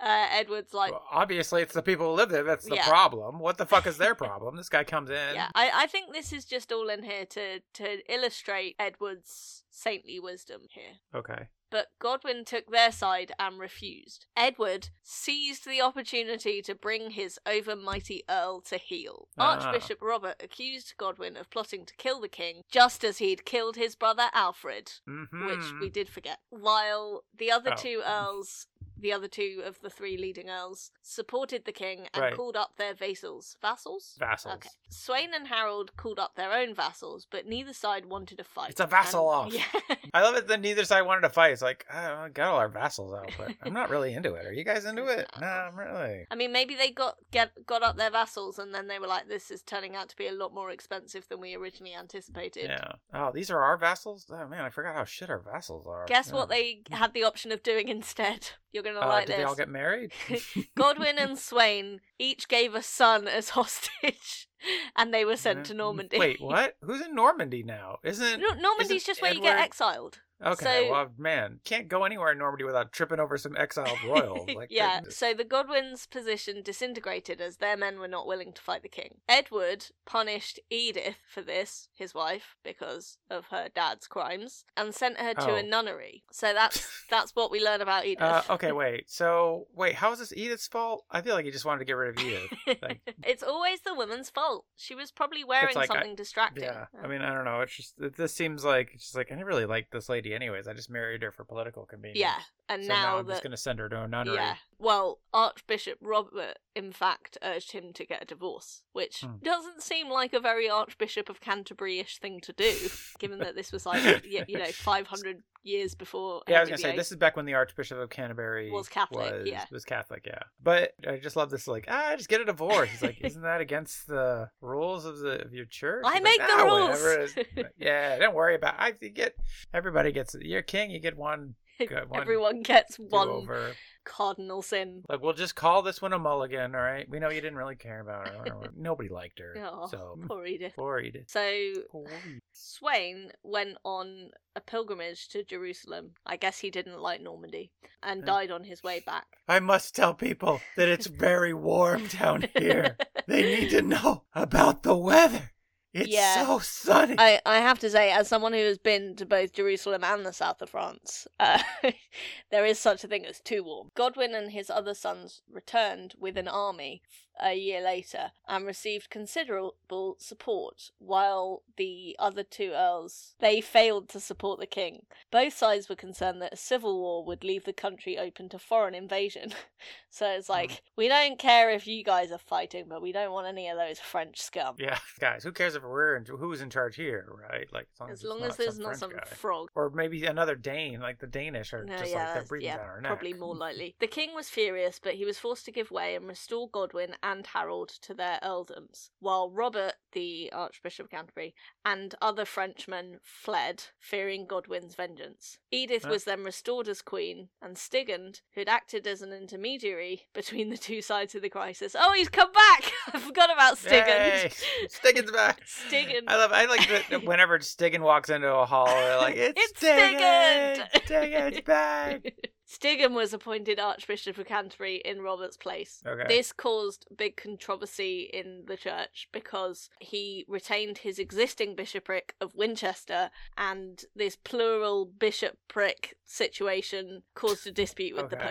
uh, Edward's <laughs> like,
Well, obviously, it's the people who live there that's the
Yeah.
problem. What the fuck is their problem? this guy comes in.
Yeah, I, I think this is just all in here to, to illustrate Edward's saintly wisdom here.
Okay.
But Godwin took their side and refused. Edward seized the opportunity to bring his overmighty earl to heel.
Ah.
Archbishop Robert accused Godwin of plotting to kill the king, just as he'd killed his brother Alfred,
Mm-hmm.
which we did forget. While the other
Oh.
two earls, the other two of the three leading earls, supported the king and
Right.
called up their vassals. Vassals?
vassals.
Okay. Swain and Harold called up their own vassals, but neither side wanted a fight.
It's a vassal
And-
off.
<laughs> Yeah.
I love it that neither side wanted to fight. It's like, oh, I got all our vassals out, but I'm not really into it. Are you guys
<laughs>
into it? No, I'm really.
I mean, maybe they got get got up their vassals, and then they were like, "This is turning out to be a lot more expensive than we originally anticipated."
Yeah. Oh, these are our vassals? Oh, man, I forgot how shit our vassals are.
Guess
Yeah.
what they had the option of doing instead? <laughs> You're gonna
Uh,
like
did
this.
they all get
<laughs>
married? <laughs>
Godwin and Swain each gave a son as hostage, <laughs> and they were sent to
Yeah.
Normandy.
Wait, what? Who's in Normandy now? Isn't
<laughs> No, Normandy's just where you get
Edward-
exiled.
okay?
so-
well, man, can't go anywhere in Normandy without tripping over some exiled
<laughs>
royals. Like,
yeah,
they're-
so the Godwins' position disintegrated as their men were not willing to fight the king. Edward punished Edith for this, his wife, because of her dad's crimes, and sent her to
Oh.
a nunnery. So that's
<laughs>
that's what we learn about Edith.
Uh,
<laughs>
okay, wait. So, wait, how is this Edith's fault? I feel like he just wanted to get rid of Edith. like-
it's always the woman's fault. She was probably wearing
like I-
something distracting.
yeah, I mean, I don't know. It's just it, this seems like it's just like I didn't really like this lady, anyways. I just married her for political convenience.
yeah, and
So
now,
I'm
that
just gonna send her to a nunnery.
Yeah. Well, Archbishop Robert, in fact, urged him to get a divorce, which
Hmm.
doesn't seem like a very Archbishop of Canterbury ish thing to do, given that this was like,
<laughs>
y- you, know, 500 years before.
Yeah, I was gonna
NWA.
say this is back when the Archbishop of Canterbury
Was Catholic,
Was,
yeah.
was Catholic, yeah. But I just love this, like, ah, just get a divorce. It's
<laughs>
like, isn't that against the rules of the of your church?
I
He's
make
like,
the
"Ah,
rules."
whatever
<laughs>
it is." yeah, don't worry about. I you get everybody gets. You're king. You get
<laughs>
one. Good one.
Everyone gets one
over.
cardinal sin.
Like, we'll just call this one a mulligan, all right? We know you didn't really care about her.
<laughs>
or- Nobody liked her.
Oh, <laughs>
so, Mm,
poor Edith.
poor Edith.
So,
Poor Edith.
Swain went on a pilgrimage to Jerusalem. I guess he didn't like Normandy and
Yeah.
died on his way back.
I must tell people that
<laughs>
it's very warm down here. they need to know about the weather. It's
Yeah.
so sunny.
I, I have to say, as someone who has been to both Jerusalem and the south of France, uh, <laughs> there is such a thing as too warm. Godwin and his other sons returned with an army a year later and received considerable support, while the other two earls they failed to support the king. Both sides were concerned that a civil war would leave the country open to foreign invasion. <laughs> so it's
Hmm.
like we don't care if you guys are fighting, but we don't want any of those French scum.
yeah, guys, who cares if we're in, who's in charge here, right? Like,
As
it's
long as
not
there's
some
not
French
some
guy.
frog.
Or maybe another Dane, like the Danish are
No,
just
yeah,
like they're
that's-
breathing
yeah,
down our neck.
Probably more likely. The king was furious, but he was forced to give way and restore Godwin and Harold to their earldoms, while Robert, the Archbishop of Canterbury, and other Frenchmen fled, fearing Godwin's vengeance. Edith
Huh.
was then restored as queen, and Stigand, who'd acted as an intermediary between the two sides of the crisis. Oh, he's come back! <laughs> I forgot about Stigand. <laughs>
Yay! Stiggin's back.
Stiggin.
I love. I like that.
<laughs>
Whenever Stiggin walks into a hall, they're like, "It's,
It's
Stiggin.
Stiggin!" <laughs>
Stiggin's back."
Stigum was appointed Archbishop of Canterbury in Robert's place.
Okay.
This caused big controversy in the church because he retained his existing bishopric of Winchester, and this plural bishopric situation caused a dispute with
Okay.
the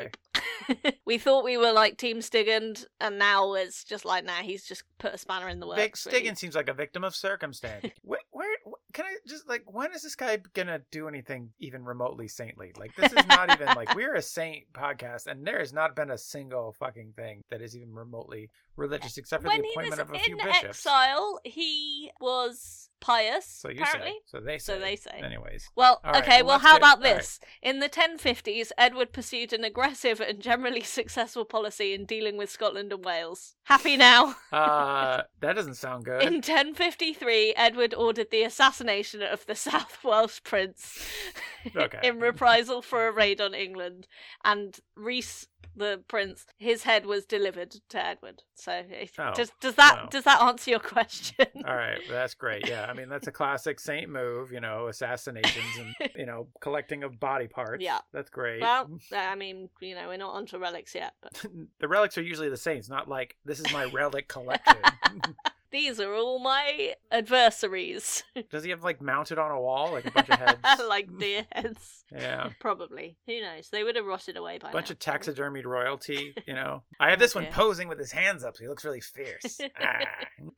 Pope. <laughs> we thought we were like Team Stigand, and now it's just like, nah, he's just put a spanner in the works.
Vic
really.
Stiggins seems like a victim of
<laughs>
circumstance. where, where, wh- can I just like, when is this guy gonna do anything even remotely saintly? Like, this is not even like we're a saint podcast, and there has not been a single fucking thing that is even remotely religious, except for
When
the
he was
appointment of a few
in
bishops.
exile, he was pious,
so you
apparently.
say. So they say.
So they say.
Anyways.
Well,
All right,
okay,
well,
well,
let's
how
get-
about
all right.
this? In the 1050s, Edward pursued an aggressive and generally <laughs> successful policy in dealing with Scotland and Wales. Happy now?
Uh, that doesn't sound good.
<laughs> In 1053, Edward ordered the assassination of the <laughs> South Welsh prince <laughs>
Okay.
in reprisal for a raid on England, and Reese, the prince, his head was delivered to Edward. So, if-
Oh,
does does that
wow.
does that answer your <laughs> question?
All right, well, that's great. Yeah, I mean that's a classic saint move, you know, assassinations
<laughs>
and you know collecting of body parts.
Yeah.
that's great.
Well, I mean, you know, we're not onto relics yet, but
the relics are usually the saints, not like this is my relic
<laughs>
collection.
these are all my adversaries,
Does he have like mounted on a wall like a bunch of heads?
<laughs> like deer heads.
yeah.
Probably. Who knows? They would have rotted away by
Bunch
now.
of taxidermied royalty, you
<laughs>
know. I have this one
Okay.
posing with his hands up, so he looks really
<laughs>
fierce. Ah.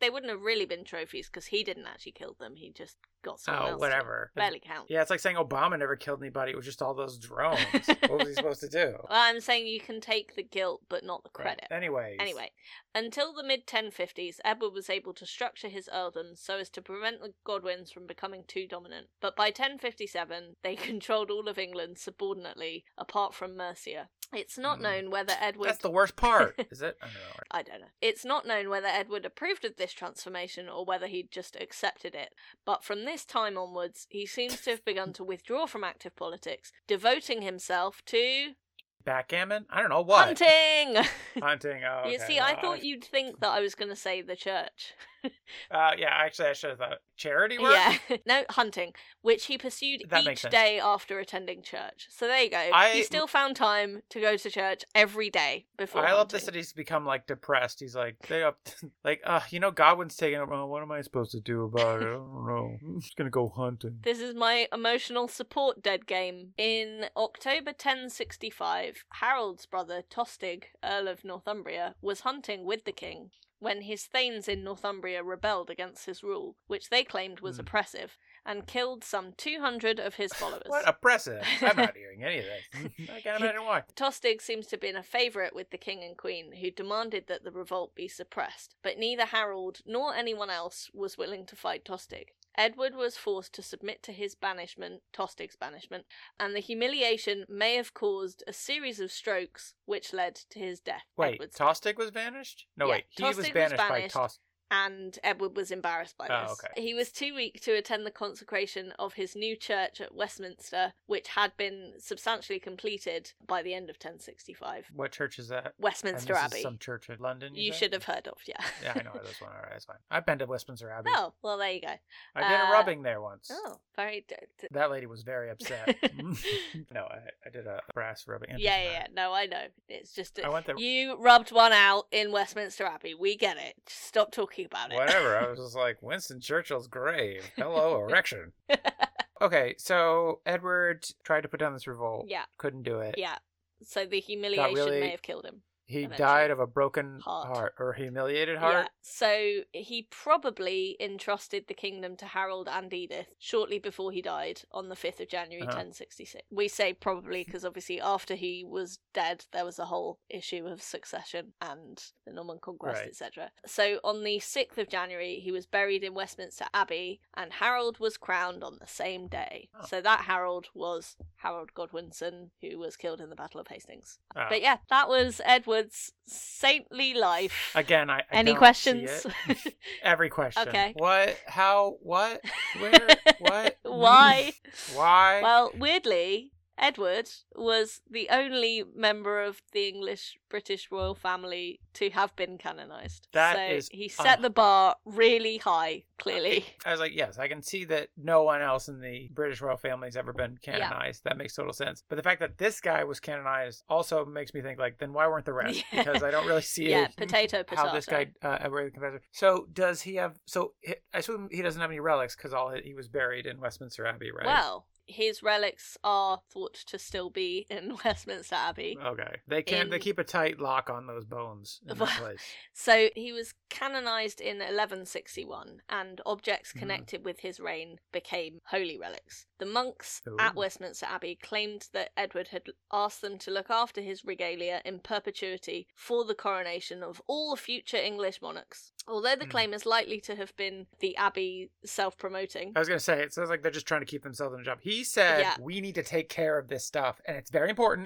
They wouldn't have really been trophies because he didn't actually kill them. He just got someone else.
Oh,
to.
whatever.
Barely count.
Yeah, it's like saying Obama never killed anybody. It was just all those drones. what
<laughs>
was he supposed to do?
Well, I'm saying you can take the guilt but not the
Right.
credit.
Anyways.
Anyway, until the mid 1050s, Edward was able to structure his earldoms so as to prevent the Godwins from becoming too dominant. But by 1057, they <laughs> controlled all of England subordinately, apart from Mercia. It's not
Hmm.
known whether Edward.
That's the worst
<laughs>
part, is it? I don't know.
I don't know. It's not known whether Edward approved of this transformation or whether he just accepted it, but from this time onwards, he seems to have begun to withdraw from active politics, devoting himself to
Backgammon? I don't know what.
hunting.
<laughs>
<laughs>
Hunting. Oh,
you
okay.
see, I
Well,
thought you'd think that I was going to say the church.
Uh, yeah, actually, I should have thought
<laughs>
charity work.
yeah, no hunting, which he pursued
That makes
each
sense.
day after attending church. So there you go.
I-
He still found time to go to church every day before.
<laughs> I love this
hunting.
that he's become like depressed. He's like, they up, <laughs> like, uh, you know, Godwin's taking over. "Oh, What am I supposed to do about it? I
<laughs>
don't know. I'm just gonna go hunting.
This is my emotional support dead game. In October 1065, Harold's brother Tostig, Earl of Northumbria, was hunting with the king when his thanes in Northumbria rebelled against his rule, which they claimed was
Hmm.
oppressive, and killed some 200
<laughs>
of his followers.
What oppressive! I'm not hearing any of
<laughs>
this. <laughs> I can't imagine why.
Tostig seems to have been a favourite with the king and queen, who demanded that the revolt be suppressed, but neither Harold nor anyone else was willing to fight Tostig. Edward was forced to submit to his banishment, Tostig's banishment, and the humiliation may have caused a series of strokes which led to his death.
Wait,
Edward's death.
Tostig was banished? No,
Yeah,
wait, he was
Tostig was
banished,
banished.
by Tostig.
and Edward was embarrassed by
Oh,
this.
okay.
He was too weak to attend the consecration of his new church at Westminster, which had been substantially completed by the end of 1065.
What church is that? And
Westminster
this
Abbey.
Is some church in London.
you
said?
should have heard of, yeah.
Yeah,
<laughs>
I know where this one. All right, that's fine. I've been to Westminster Abbey.
oh, well, there you go.
I did a
uh,
rubbing there once.
Oh, very. d- d-
That lady was very
<laughs>
upset. Mm. <laughs> no, I, I did a brass rubbing. It
Yeah,
doesn't
yeah,
matter.
yeah. No, I know. It's just
I <laughs>
that
went there.
you rubbed one out in Westminster Abbey. We get it. Just stop talking about it.
Whatever.
<laughs>
I was just like Winston Churchill's grave. Hello, erection. Okay, so Edward tried to put down this revolt.
Yeah.
Couldn't do it.
yeah. So the humiliation
really-
may have killed him.
He
Eventually.
died of a broken
Heart.
heart, or humiliated heart.
Yeah. So he probably entrusted the kingdom to Harold and Edith shortly before he died on the 5th of January
Uh-huh.
1066. We say
<laughs>
probably because obviously after he was dead there was a whole issue of succession and the Norman conquest
Right.
etc. So on the 6th of January he was buried in Westminster Abbey and Harold was crowned on the same day.
Oh.
So that Harold was Harold Godwinson who was killed in the Battle of Hastings.
Ah.
But yeah, that was Edward's saintly life.
Again, I, I
Any
don't
questions?
see
<laughs>
it. Every question.
Okay.
What?
<laughs>
How? What? <laughs> Where? what?
Why?
<laughs> Why?
Well, weirdly, Edward was the only member of the English British royal family to have been canonized.
That
so
is
he set
un-
the bar really high,
<laughs>
clearly.
I was like, yes, I can see that no one else in the British royal family has ever been canonized. That makes total sense. But the fact that this guy was canonized also makes me think, like, then why weren't the rest?
<laughs> Yeah.
Because I don't really see
yeah,
it-
potato
<laughs>
potato.
how this guy, uh, Edward the Confessor. So does he have? So h- I assume he doesn't have any relics because all he was buried in Westminster Abbey, right?
Well, his relics are thought to still be in <laughs> Westminster Abbey.
Okay. They can't. They
In-
keep a tight lock on those
<laughs>
bones in that
Well,
place.
So he was canonized in 1161, and objects
Mhm.
connected with his reign became holy relics. The monks
Ooh.
at Westminster Abbey claimed that Edward had asked them to look after his regalia in perpetuity for the coronation of all future English monarchs. Although the
Hmm.
claim is likely to have been the Abbey self promoting,
I was gonna say it sounds like they're just trying to keep themselves in a job. He said
Yeah.
we need to take care of this stuff, and it's very important,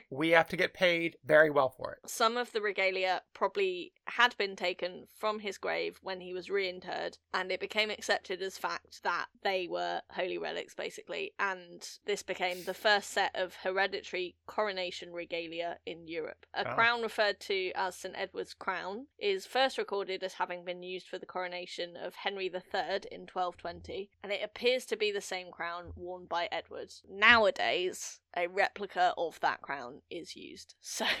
and we have to get paid very well for it.
Some of the regalia probably had been taken from his grave when he was reinterred, and it became accepted as fact that they were holy relics, basically. And this became the first set of hereditary coronation regalia in Europe. A
Ah.
crown referred to as St. Edward's crown is first recorded as having been used for the coronation of Henry III in 1220, and it appears to be the same crown worn by Edward. Nowadays, a replica of that crown is used. <laughs> So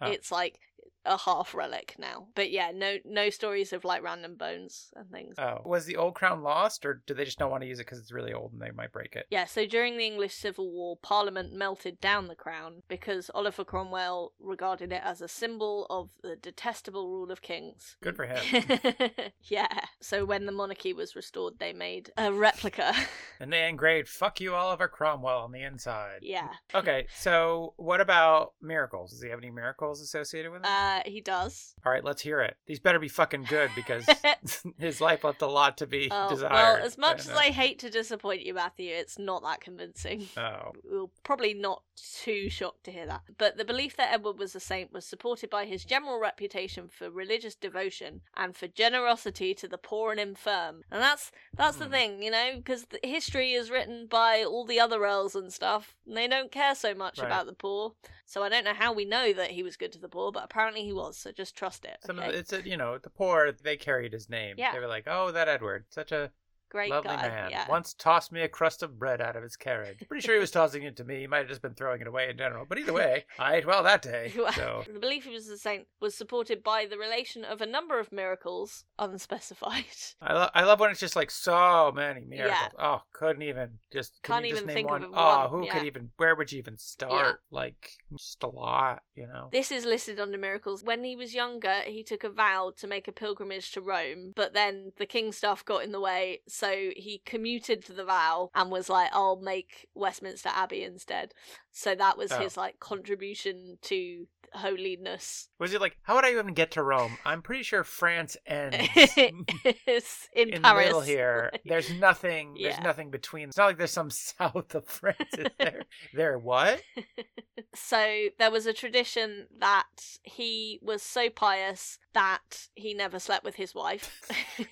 Ah.
it's like a half relic now. But yeah, no no stories of like random bones and things.
Oh, was the old crown lost, or do they just not want to use it because it's really old and they might break it?
Yeah, so during the English Civil War, Parliament melted down the crown because Oliver Cromwell regarded it as a symbol of the detestable rule of kings.
Good for him.
<laughs> yeah. So when the monarchy was restored, they made a replica. <laughs>
and they engraved "Fuck you, Oliver Cromwell" on the inside.
yeah.
<laughs> Okay, so what about miracles? Does he have any miracles associated with him?
Uh, he does.
All right, let's hear it. These better be fucking good
<laughs>
because <laughs> his life left a lot to be
Oh,
desired. uh,
well, as much as I hate to disappoint you, Matthew, it's not that convincing.
Oh,
we're probably not too shocked to hear that. But the belief that Edward was a saint was supported by his general reputation for religious devotion and for generosity to the poor and infirm. And that's that's the
Hmm.
thing, you know, because the history is written by all the other earls and stuff, and they don't care so much
Right.
about the poor. So I don't know how we know that he was good to the poor, but apparently he was. So just trust it.
some of
okay?
the, it's a, you know the poor they carried his name.
Yeah.
They were like, oh, that Edward, such a
Great
lovely
guy.
man.
Yeah. <laughs>
Once tossed me a crust of bread out of his carriage. Pretty sure he was tossing it to me. He might have just been throwing it away in general. But either
<laughs>
way, I ate well that day.
Well,
So
The belief he was a saint was supported by the relation of a number of miracles, unspecified.
I, lo- I love when it's just like so many miracles. Oh, couldn't even just could
Can't
you just
even
name
think of
one.
a
Oh,
one,
who could
yeah.
even? Where would you even start? Like just a lot, you know.
This is listed under miracles. When he was younger, he took a vow to make a pilgrimage to Rome, but then the king stuff got in the way, so he commuted the vow and was like, I'll make Westminster Abbey instead. So that was
Oh.
his like contribution to holiness.
Was it like how would I even get to Rome? I'm pretty sure
<laughs>
France ends. in
It's in,
the
Paris.
middle
<laughs>
here, there's nothing. There's
Yeah.
nothing between. It's not like there's some <laughs> south of France. Is there? there what?
So there was a tradition that he was so pious that he never slept with his wife.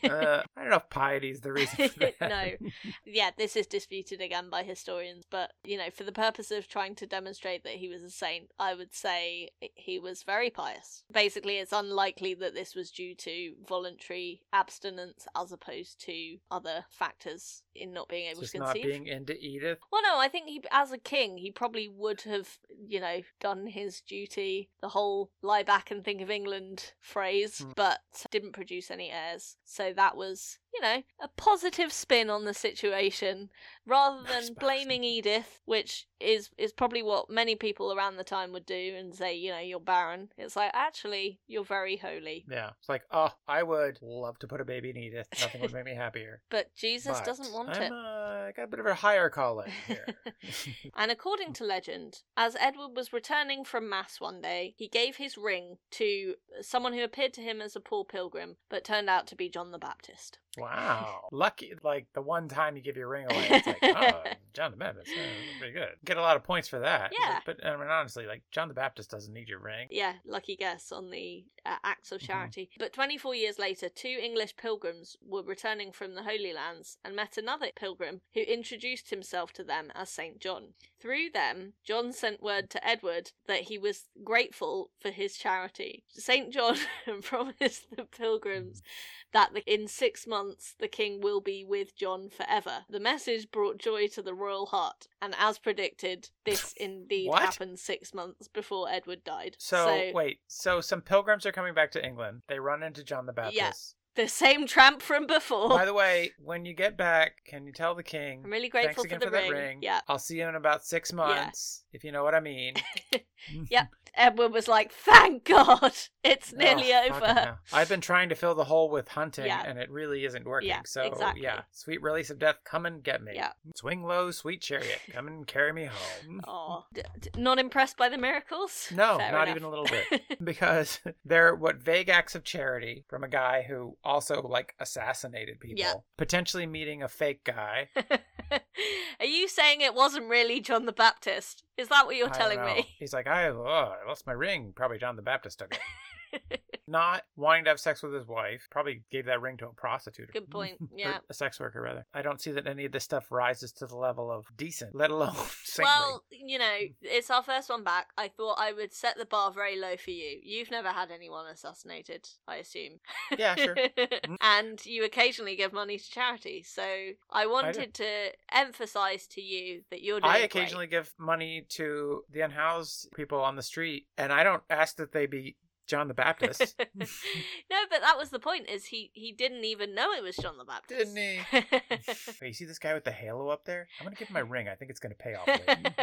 Uh, I don't know if piety is the
<laughs>
reason. For that.
No. yeah, this is disputed again by historians, but you know, for the purpose of trying to demonstrate that he was a saint, I would say he was very pious. Basically, it's unlikely that this was due to voluntary abstinence as opposed to other factors in not being able
Just
to
not
conceive.
being into Edith.
Well, no, I think he, as a king, he probably would have, you know, done his duty, the whole lie back and think of England phrase,
Mm.
but didn't produce any heirs. So that was, you know, a positive spin on the situation rather
I
than
suppose.
blaming Edith, which is is probably what many people around the time would do and say, you know, you're barren. It's like, actually, you're very holy.
Yeah. It's like, oh, I would love to put a baby in Edith. Nothing would make me happier.
But Jesus
But
doesn't want
I'm,
it.
Uh, I got a bit of a higher calling
<laughs>
here. <laughs>
And according to legend, as Edward was returning from Mass one day, he gave his ring to someone who appeared to him as a poor pilgrim, but turned out to be John the Baptist.
Wow. Lucky, like the one time you give your ring away,
<laughs>
it's like, oh, John the Baptist. uh, pretty good. Get a lot of points for that.
Yeah.
But, but, I mean, honestly, like, John the Baptist doesn't need your ring.
Yeah, lucky guess on the uh, acts of
Mhm.
charity. But 24 years later, two English pilgrims were returning from the Holy Lands and met another pilgrim who introduced himself to them as St. John. Through them, John sent word to Edward that he was grateful for his charity. St. John <laughs> promised the pilgrims that the, in six months the king will be with John forever. The message brought joy to the royal heart, and as predicted, this indeed
What?
happened six months before Edward died.
So, wait, so some pilgrims are coming back to England. They run into John the Baptist.
the same tramp from
By
before.
the way, when you get back, can you tell the king?
<laughs> I'm really
Thanks
grateful
again
for the
that
ring.
ring.
Yeah.
I'll see you in about six months, if you know what I mean.
<laughs>
<laughs>
Yep, Edward was like, "Thank God, <laughs> it's
Oh,
nearly
fucking
over."
hell. I've been trying to fill the hole with hunting,
Yeah.
and it really isn't working.
Yeah,
so
exactly.
yeah, sweet release of death, come and get me.
Yeah.
Swing low, sweet chariot, come and carry me
<laughs>
home.
Oh, d- d- not impressed by the miracles?
No,
Fair
not
enough.
even a little bit.
<laughs>
because <laughs> they're what vague acts of charity from a guy who also like assassinated people,
Yeah.
potentially meeting a fake guy.
<laughs> Are you saying it wasn't really John the Baptist? Is that what you're
I don't
telling
know.
me?
He's like, I, oh, I lost my ring. Probably John the Baptist took
<laughs>
it. Not wanting to have sex with his wife, probably gave that ring to a prostitute.
<laughs> Good point.
<laughs> Or
Yeah.
a sex worker, rather. I don't see that any of this stuff rises to the level of decent, let alone <laughs> saintly.
Well, you know, it's our first one back. I thought I would set the bar very low for you. You've never had anyone assassinated, I assume.
Yeah,
<laughs>
sure. Mm.
and you occasionally give money to charity. So I wanted to emphasize to you that you're doing
I
great.
occasionally give money to the unhoused people on the street, and I don't ask that they be John the Baptist.
<laughs>
<laughs>
no, but that was the point is he he didn't even know it was John the Baptist.
Didn't he?
<laughs>
Wait, you see this guy with the halo up there? I'm gonna give him my ring. I think it's gonna pay off. <laughs>
<laughs>
later.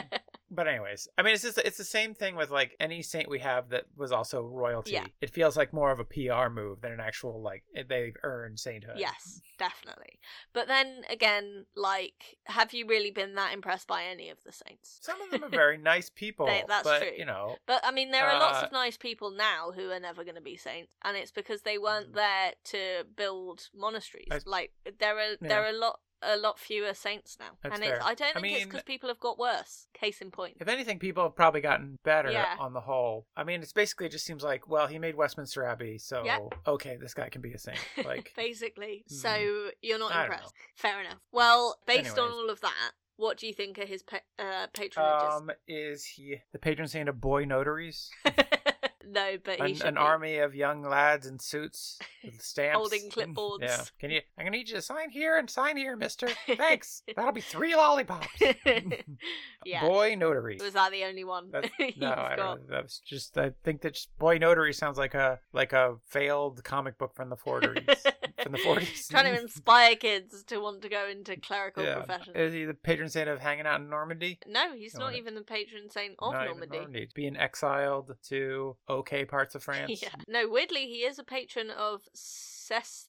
But anyways, I mean, it's just it's the same thing with like any saint we have that was also royalty.
Yeah.
It feels like more of a PR move than an actual like they've earned sainthood.
Yes, definitely. But then again, like, have you really been that impressed by any of the saints?
Some of them
<laughs>
are very nice people.
They- that's
but,
true.
You know,
But I mean, there are lots
Uh,
of nice people now who are never going to be saints, and it's because they
Mm.
weren't there to build monasteries.
I-
like there are there are a lot a lot fewer saints now,
That's
and it's,
fair.
I don't
I
think it's
mean-
because people have got worse. Case in point.
if anything, people have probably gotten better
Yeah.
on the whole. I mean, it's basically it just seems like well, he made Westminster Abbey, so
Yeah.
okay, this guy can be a
<laughs>
saint. Like,
basically,
Hmm.
so you're not
I don't
impressed. Fair enough. Well, based on
Anyways.
all of that, what do you think are his pa- uh, patronages?
um, is he the patron saint of boy notaries?
<laughs> no, but he
An,
should
an
be.
army <laughs> of young lads in suits with stamps, Mm,
Holding clipboards.
Yeah. Can you? I'm gonna need you to sign here and sign here, Mister.
<laughs>
Thanks. That'll be three lollipops.
<laughs> yeah.
Boy notary.
Was <laughs> that the only one
That's-
you've
no, I
got?
don't. That's just. I think that just, boy notary sounds like a like a failed comic book from the
<laughs>
40s. from the 40s.
Trying to inspire kids to want to go into clerical
yeah.
professions.
Is he the patron saint of hanging out in Normandy?
no, he's
No,
not
I-
even the patron saint of
Not even
Normandy. <laughs>
Being exiled to okay parts of France.
Yeah. No, weirdly, he is a patron of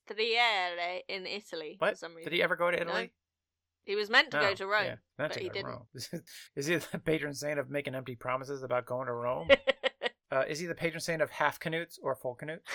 Sestriere in Italy for
What?
some reason.
Did he ever go to
No.
Italy?
He was meant <laughs> to
No,
go to Rome.
Oh, yeah, meant
but
to
he
go to
didn't.
Rome. <laughs> is he the patron saint of making empty promises about going to
<laughs>
Rome? uh, is he the patron saint of half canutes or full canutes?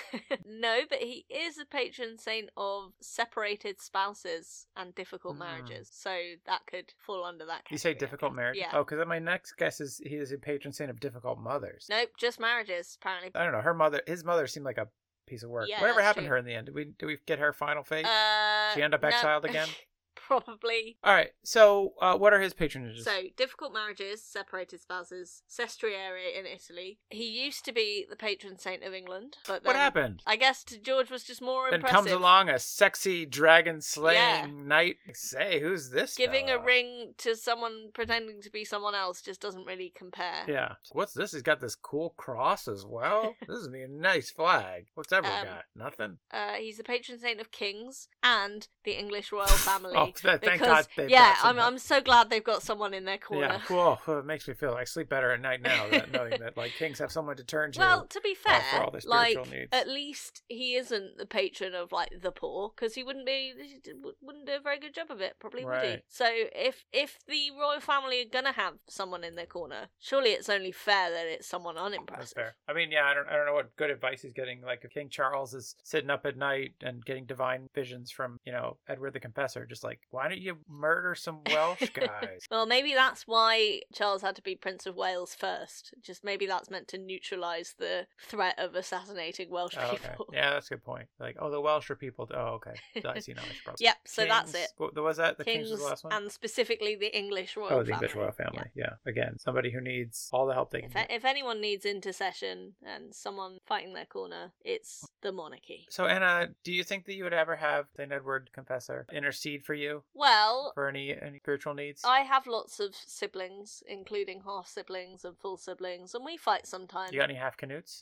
no, but he is a patron saint of separated spouses and difficult
Hmm.
marriages. So that could fall under that category.
You say
I
difficult
<laughs> guess.
marriage?
Yeah.
Oh, because my next guess is he is a patron saint of difficult mothers.
Nope, just marriages, apparently.
I don't know. Her mother, his mother, seemed like a piece of work.
Yeah,
Whatever
that's
happened to
true.
her in the end? Did we did we get her final fate?
Uh,
She end up
no.
exiled again?
<laughs> Probably.
All right. So, uh, what are his patronages?
So, difficult marriages, separated spouses, Sestriere in Italy. He used to be the patron saint of England, but
what
then-
happened?
I guess to George was just more
Then
impressive.
comes along a sexy dragon slaying
Yeah.
knight. Say, who's this?
Giving a
fella?
ring to someone pretending to be someone else just doesn't really compare.
Yeah. What's this? He's got this cool cross as well. this is be a nice flag. What's that one
Um,
got? Nothing. <laughs>
Uh, he's the patron saint of kings and the English royal family.
Oh, Th- thank
Because-
God they've
yeah,
got
I'm,
someone.
I'm so glad they've got someone in their corner.
Yeah, cool. Oh, It makes me feel I sleep better at night now, that, knowing that like kings have someone to turn to.
Well, to be
uh,
fair,
for all their
like
spiritual needs.
at least he isn't the patron of like the poor because he wouldn't be he d- w- wouldn't do a very good job of it, probably would he?
Right.
So if if the royal family are gonna have someone in their corner, surely it's only fair that it's someone unimpressive.
That's fair. I mean, yeah, I don't, I don't know what good advice he's getting. Like, if King Charles is sitting up at night and getting divine visions from, you know, Edward the Confessor, just like, why don't you murder some
<laughs>
Welsh guys?
Well, maybe that's why Charles had to be Prince of Wales first. Just maybe that's meant to neutralise the threat of assassinating Welsh
Oh, okay.
people.
Yeah, that's a good point. Like, oh, the Welsh are people. Oh, okay. I see now. I
<laughs>
should probably-
<laughs> Yep, so that's
Kings-
it.
What was that? The Kings,
Kings
was the last one?
and specifically the English royal
oh, the
family.
English royal
Yeah.
family. Yeah. Again, somebody who needs all the help they can
If,
get.
if anyone needs intercession and someone fighting their corner, it's the monarchy.
So, Anna, do you think that you would ever have St. Edward Confessor intercede for you
Well,
for any, any spiritual needs?
I have lots of siblings, including half siblings and full siblings, and we fight sometimes. <laughs>
you got any Mm. half canutes?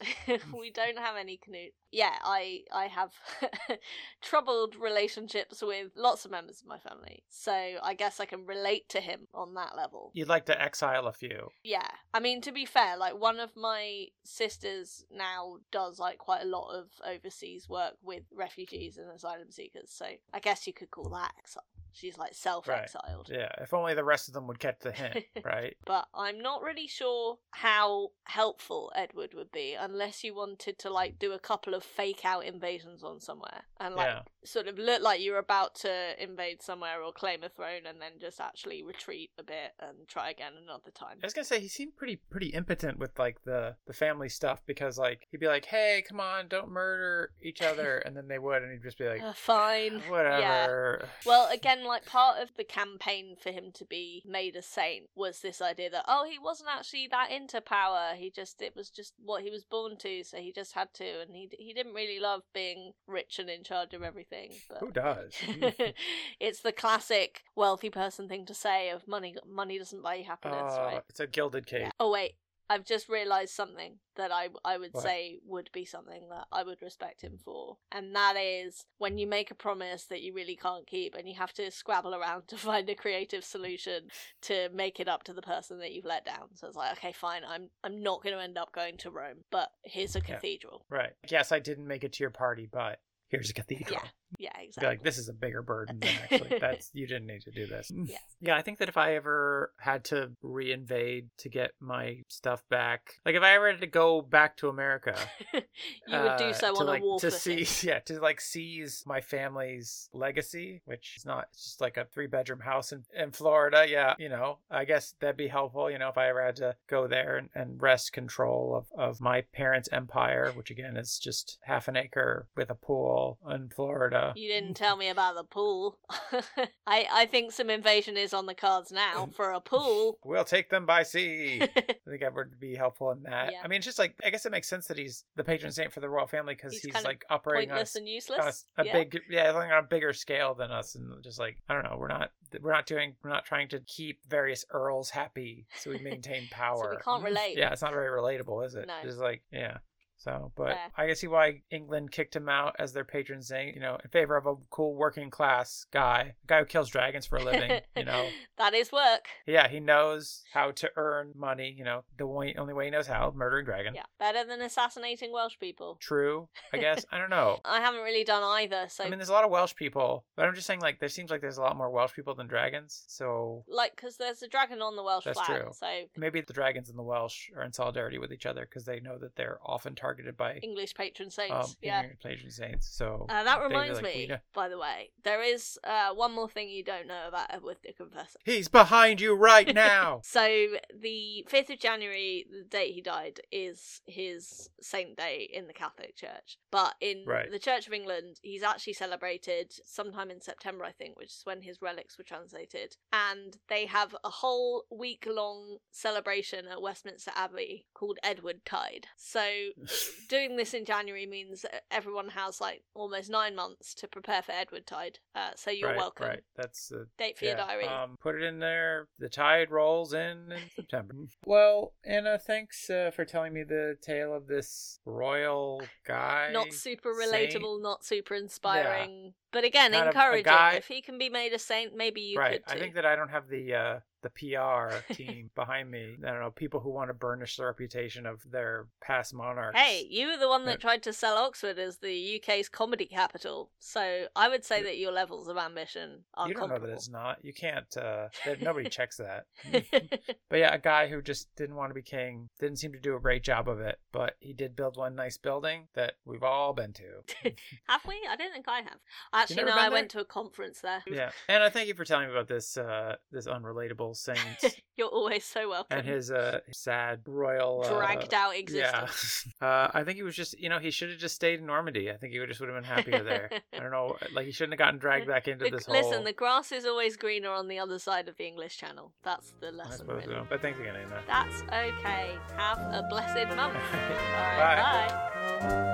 we don't have any Canute. Yeah, I I have <laughs> troubled relationships with lots of members of my family, so I guess I can relate to him on that level.
You'd like to exile a few.
Yeah. I mean, to be fair, like one of my sisters now does like quite a lot of overseas work with refugees and asylum seekers. So I guess you could call that exile. She's like self exiled.
Yeah, if only the rest of them would catch the
<laughs>
hint, right?
But I'm not really sure how helpful Edward would be unless you wanted to like do a couple of fake out invasions on somewhere and like
yeah,
sort of look like you're about to invade somewhere or claim a throne and then just actually retreat a bit and try again another time.
I was gonna say he seemed pretty pretty impotent with like the the family stuff because like he'd be like, "Hey, come on, don't murder each other," and then they would, and he'd just be
<sighs>
like,
Uh, fine.
"Whatever." <sighs>
Well, again, like part of the campaign for him to be made a saint was this idea that oh, he wasn't actually that into power. He just it was just what he was born to, so he just had to, and he he didn't really love being rich and in charge of everything. But
who does?
<laughs> it's the classic wealthy person thing to say of money money doesn't buy you happiness,
Oh,
right?
it's a gilded cage.
Yeah. Oh wait. I've just realised something that I I would
What?
say would be something that I would respect him for, and that is when you make a promise that you really can't keep, and you have to scrabble around <laughs> to find a creative solution to make it up to the person that you've let down. So it's like, okay, fine, I'm I'm not going to end up going to Rome, but here's a
Yeah.
cathedral.
Right. Yes, I didn't make it to your party, but here's a cathedral.
Yeah, yeah,
Be
exactly.
like, this is a bigger burden
<laughs>
than actually. That's you didn't need to do this.
Yeah.
Yeah, I think that if I ever had to reinvade to get my stuff back, like if I ever had to go back to America,
<laughs> you would do
uh,
so
to,
on
like,
a war
to
footing.
see, <laughs> yeah, to like seize my family's legacy, which is not it's just like a three bedroom house in, in Florida. Yeah, you know, I guess that'd be helpful. You know, if I ever had to go there and, and wrest control of of my parents' empire, which again is just half an acre with a pool in Florida.
<laughs> You didn't tell me about the pool. <laughs> I I think some invasion is on the cards now
<laughs>
for a pool. <laughs>
We'll take them by sea. I think Edward would be helpful in that.
Yeah.
I mean, it's just like I guess it makes sense that he's the patron saint for the royal family because
He's
he's,
kind of
like operating on a,
Pointless and useless.
on uh, a, a
Yeah.
big, yeah, like on a bigger scale than us, and just like I don't know, we're not we're not doing we're not trying to keep various earls happy, so we
<laughs>
maintain power. Mm-hmm.
can't relate.
Yeah, it's not very relatable, is it?
No.
Just like yeah. So, but
Fair.
I can see why England kicked him out as their patron saint, you know, in favor of a cool working class guy, a guy who kills dragons for a
<laughs>
living, you know.
that is work.
Yeah, he knows how to earn money. You know, the way, only way he knows how murdering dragon.
Yeah, better than assassinating Welsh people.
True, I guess. I don't know.
I haven't really done either, so
I mean, there's a lot of Welsh people, but I'm just saying, like, there seems like there's a lot more Welsh people than dragons. So
like because there's a dragon on the Welsh
That's
flag,
true.
so
maybe the dragons and the Welsh are in solidarity with each other because they know that they're often targeted by
English patron
um,
saints. yeah.
English patron saints. So
Uh, that
they'd be
reminds
like, we
me,
know-
by the way, there is uh, one more thing you don't know about Edward the Confessor.
He's behind you right now. <laughs>
So the fifth of January, the date he died, is his saint day in the Catholic Church. But in
Right.
the Church of England, he's actually celebrated sometime in September, I think, which is when his relics were translated. And they have a whole week long celebration at Westminster Abbey called Edward Tide. So doing this in January means that everyone has like almost nine months to prepare for Edward Tide. Uh, so you're
right,
welcome.
Right. That's uh,
Date for your diary.
Um, put it in there. The tide rolls in in September. Mm-hmm. well, Anna, thanks uh, for telling me the tale of this royal guy.
not super
saint.
relatable, not super inspiring. But again,
Not a- a
encouraging.
guy-
If he can be made a saint, maybe you
right.
could too.
I think that I don't have the uh, the
<laughs>
PR team behind me. I don't know people who want to burnish the reputation of their past monarchs.
Hey, you were the one
Yeah.
that tried to sell Oxford as the UK's comedy capital, so I would say
Yeah.
that your levels of ambition are
you don't know
comparable.
that it's <laughs>
<laughs>
not. You can't. Uh, that nobody checks that. But yeah, a guy who just didn't want to be king, didn't seem to do a great job of it, but he did build one nice building that we've all been to.
have we? I don't think I have. Actually,
never
no.
been
I
there?
went to a conference there.
yeah. And I thank you for telling me about this uh this unrelatable saint
<laughs> You're always so welcome.
and his uh sad royal uh,
dragged out
Yeah. <laughs>
existence.
Uh I think he was just you know, he should have just stayed in Normandy. I think he would just would have been happier there.
<laughs>
I don't know, like he shouldn't have gotten dragged back into
The-
this whole
listen, the grass is always greener on the other side of the English Channel. That's the
I
lesson.
suppose
Really.
so. But thanks again, Anna.
That's okay. Have a blessed month. All right,
Bye.
bye.